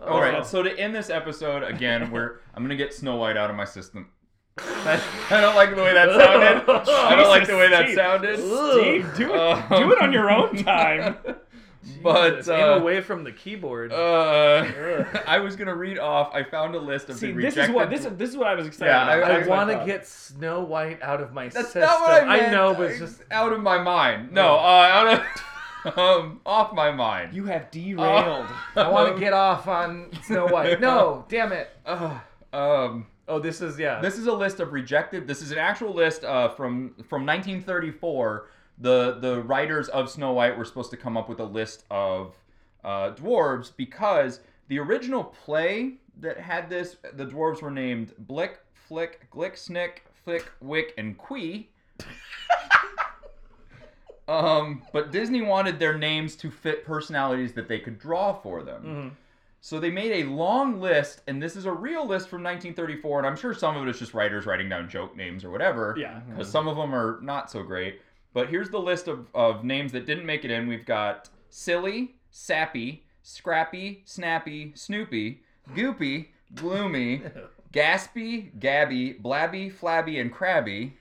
All right. So to end this episode, again, we're I'm gonna get Snow White out of my system. I I don't like the way that sounded. I don't like the way that
Jesus,
sounded. Um,
Steve, do it, do it on your own time.
But
Jesus, aim
uh,
away from the keyboard.
uh, I was gonna read off. I found a list of
See,
the
this
rejected.
is what this is. This is what I was excited.
Yeah,
about.
I "Oh."
I-
want
I-
to get Snow White out of my
That's
system.
not what I meant.
know, but
I-
it's just
out of my mind. No, uh, out of um, off my mind. Um,
You have derailed.
I want to get off on Snow White. No, damn it.
Ugh, um.
Oh, this is yeah.
This is a list of rejected. This is an actual list uh, from from 1934. The the writers of Snow White were supposed to come up with a list of uh, dwarves because the original play that had this, the dwarves were named Blick, Flick, Glick, Snick, Flick, Wick, and Quee. um, but Disney wanted their names to fit personalities that they could draw for them. So they made a long list, and this is a real list from 1934, and I'm sure some of it is just writers writing down joke names or whatever.
Yeah.
Because some of them are not so great. But here's the list of, of names that didn't make it in. We've got Silly, Sappy, Scrappy, Snappy, Snoopy, Goopy, Gloomy, Gaspy, Gabby, Blabby, Flabby, and Crabby.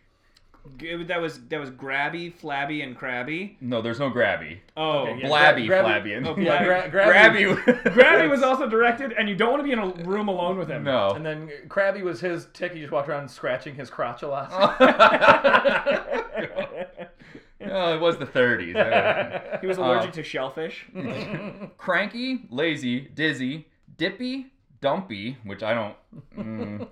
G- that was that was grabby, flabby, and crabby.
No, there's no Grabby.
Oh,
Okay, yeah.
Blabby,
Gra- Grabby-
Flabby, and
oh,
yeah, gra- Grabby,
Grabby.
Grabby was also directed, and you don't want to be in a room alone with him.
No.
and then Krabby was his tick. He just walked around scratching his crotch a lot. Oh,
No, Oh, it was the 30s.
He
Uh,
was allergic to shellfish.
Hmm. Cranky, lazy, dizzy, dippy, dumpy, which I don't. Mm,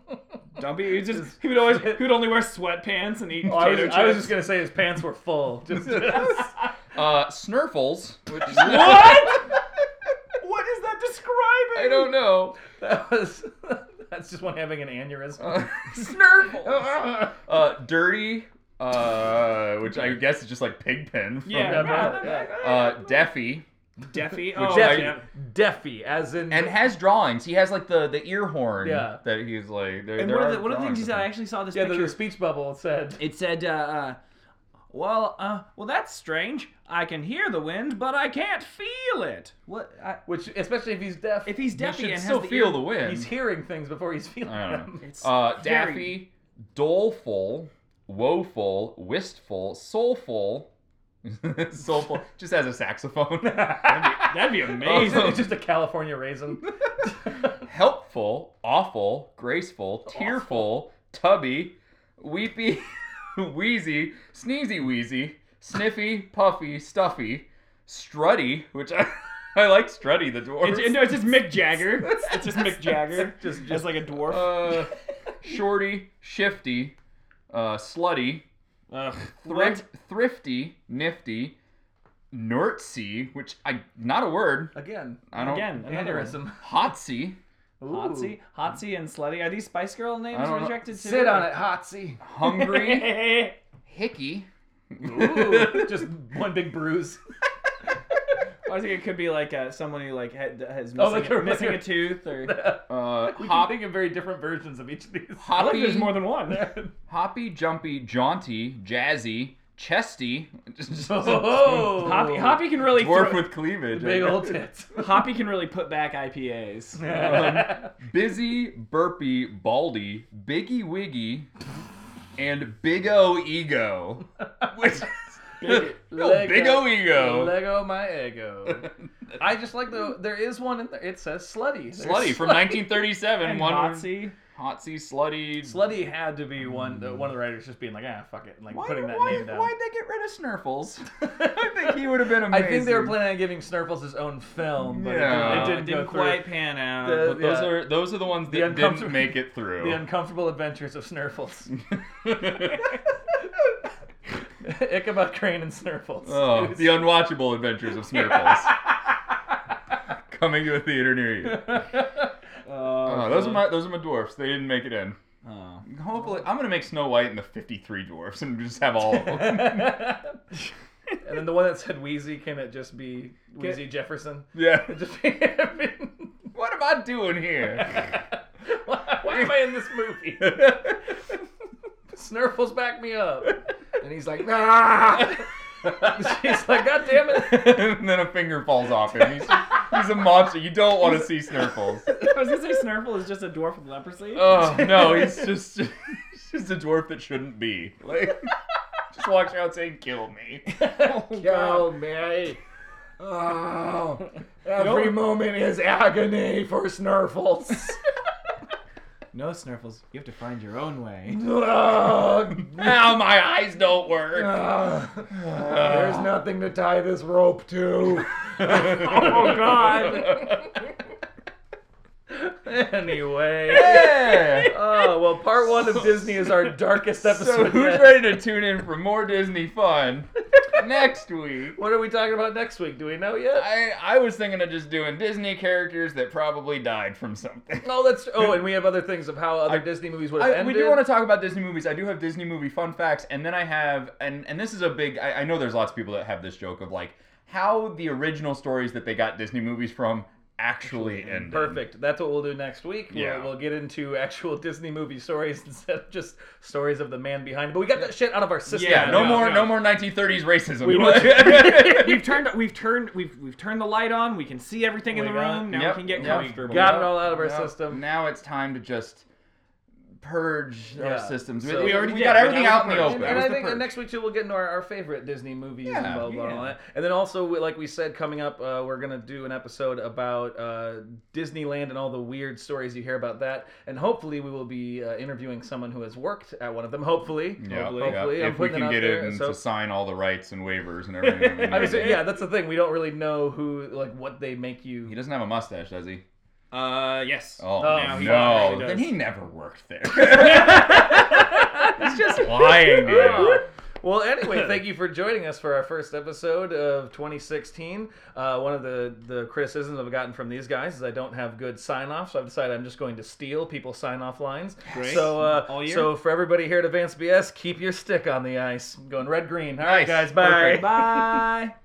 Dumpy. He, was just, he would always he would only wear sweatpants and eat potato
Oh, I, was,
chips.
I was just gonna say his pants were full. Just,
uh, snurfles, which
what? what is that describing?
I don't know.
that was that's just one having an aneurysm.
snurfles. Uh, dirty, uh, which I guess is just like pigpen. From,
Yeah.
Yeah,
yeah,
yeah.
Uh, deafy,
Deffy. Oh,
Deffy,
yeah.
Deffy, as in
and has drawings. He has like the the ear horn.
Yeah.
That he's like. There,
And
there
one
are
of the one of the things
drawings
is
of
I
him.
actually saw this
yeah, the,
picture.
the speech bubble said.
It said, uh, uh, "Well, uh, well, that's strange. I can hear the wind, but I can't feel it." What? I,
Which, especially if he's deaf,
if he's
You
deafy
should
and
still
has
feel
ear-
the wind.
he's hearing things before he's feeling
I don't
them.
know.
It's
Uh,
very-
Daffy, doleful, woeful, wistful, soulful, soulful. Just has a saxophone.
that'd
Uh,
be amazing.
It's just a California raisin.
Helpful, awful, graceful, tearful, tubby, weepy, wheezy, sneezy, wheezy, sniffy, puffy, stuffy, strutty, which I I like strutty the
It's,
dwarf.
no, it's just Mick Jagger. It's just Mick Jagger,
Just-
just,
just-
just like a dwarf.
Uh, shorty, shifty, uh, slutty.
Ugh.
Thrift, thrifty, nifty, nerdsy, which I not a word.
Again,
I don't.
Again, another one.
aneurysm.
Hotsy,
Hotsy, Hotsy, and Slutty. Are these Spice Girl names
I don't know.
rejected too?
Sit on it, Hotsy.
Hungry uh, Hickey.
Ooh, just one big bruise.
I think it could be like uh, someone who like had, has missing,
Oh, like a-
missing
like
a tooth or.
uh,
we
hop,
can think of very different versions of each of these.
I like
hoppy,
there's more than one.
hoppy, jumpy, jaunty, jazzy, chesty. Just, just
Oh,
Hoppy, Hoppy can really
dwarf
throw-
with cleavage.
big
I
old
guess.
tits.
Hoppy can really put back IPAs.
Busy, burpy, baldy, biggie wiggy, and big O ego. Which
Big-
No, big O ego.
Lego my ego. I just like the there is one in there. It says slutty. There's
Slutty from 1937.
and
one
Hotsy.
Hotsy, slutty.
Slutty had to be one. The, one of the writers just being like, ah, fuck it, and like
Why,
putting that
why,
name down. Uh,
Why'd they get rid of Snurfles? I think he would have been
I
amazing.
think they were planning on giving Snurfles his own film, but
Yeah.
it,
Uh,
didn't, it didn't, go
quite
through.
pan out.
The-
But those
Yeah.
are those are the ones
The
that didn't
uncomfortable-
make it through.
The Uncomfortable Adventures of Snurfles. Ichabod Crane and Snurfles.
oh, the unwatchable adventures of Smurfles coming to a theater near you.
oh,
Oh, those are my those are my dwarfs. They didn't make it in.
Oh.
Hopefully, I'm gonna make Snow White and the 53 dwarfs and just have all of them.
and then the one that said Wheezy, can it just be Wheezy Jefferson?
yeah.
Just be-
What am I doing here?
why, why am I in this movie? Snurfles back me up. And he's like, ah! She's like, God damn it.
and then a finger falls off him. He's, he's a monster. You don't want to see Snurfles.
I was gonna say Snurfle is just a dwarf with leprosy.
Oh no, he's just he's just a dwarf that shouldn't be. Like, just walks around saying "kill me."
Kill me. Oh, every moment is agony for Snurfles.
no Snurfles, you have to find your own way.
now my eyes don't work. Uh,
There's nothing to tie this rope to.
oh God.
anyway.
Yeah.
Oh, well, part one of Disney is our darkest
Uh, So
episode.
who's
yet.
ready to tune in for more Disney fun next week?
What are we talking about next week? Do we know yet?
I I was thinking of just doing Disney characters that probably died from something.
No, that's. Oh, and we have other things of how other Disney movies would have
I,
ended.
we do want to talk about Disney movies. I do have Disney movie fun facts, and then I have, and and this is a big. I, I know there's lots of people that have this joke of like how the original stories that they got Disney movies from actually ended.
Perfect. That's what we'll do next week. We'll-
Yeah.
We'll, get into actual Disney movie stories instead of just stories of the man behind. it. But we got that shit out of our system.
Yeah, no
Yeah,
more,
yeah.
no more 1930s racism.
We
Like-
We've turned, we've turned, we've we've turned the light on. We can see everything in
We
the
got-
room. Now
Yep,
we can get
yep.
comfortable.
Got it all out of our
Now-
system.
Now it's time to just purge
Yeah.
our systems.
So-
we,
We already
we
did,
got
but
everything
that was
out in the
the purge.
open.
And,
That
and
was
I
the
think
purge.
next week too we'll get into our, our favorite Disney movies and
Yeah,
blah blah
yeah.
blah. And then also, we- like we said, coming up, uh, we're gonna do an episode about uh, Disneyland and all the weird stories you hear about that. And hopefully, we will be uh, interviewing someone who has worked at one of them. Hopefully,
Yeah,
hopefully,
yeah.
hopefully. I'm
if we
putting
can
out
get
there,
it and
so-
to sign all the rights and waivers and everything.
I mean, so, yeah, that's the thing. We don't really know who, like, what they make you.
He doesn't have a mustache, does he?
Uh, yes.
Oh,
Oh, he
no!
actually does.
Then he never worked there. He's just lying. dude.
Yeah. Well, anyway, thank you for joining us for our first episode of 2016. Uh, one of the, the criticisms I've gotten from these guys is I don't have good sign offs, so I've decided I'm just going to steal people's sign off lines.
Great.
So, uh,
All year?
so for everybody here at Advanced BS, keep your stick on the ice. I'm going red green. All right,
Nice.
guys, bye.
Perfect.
Bye.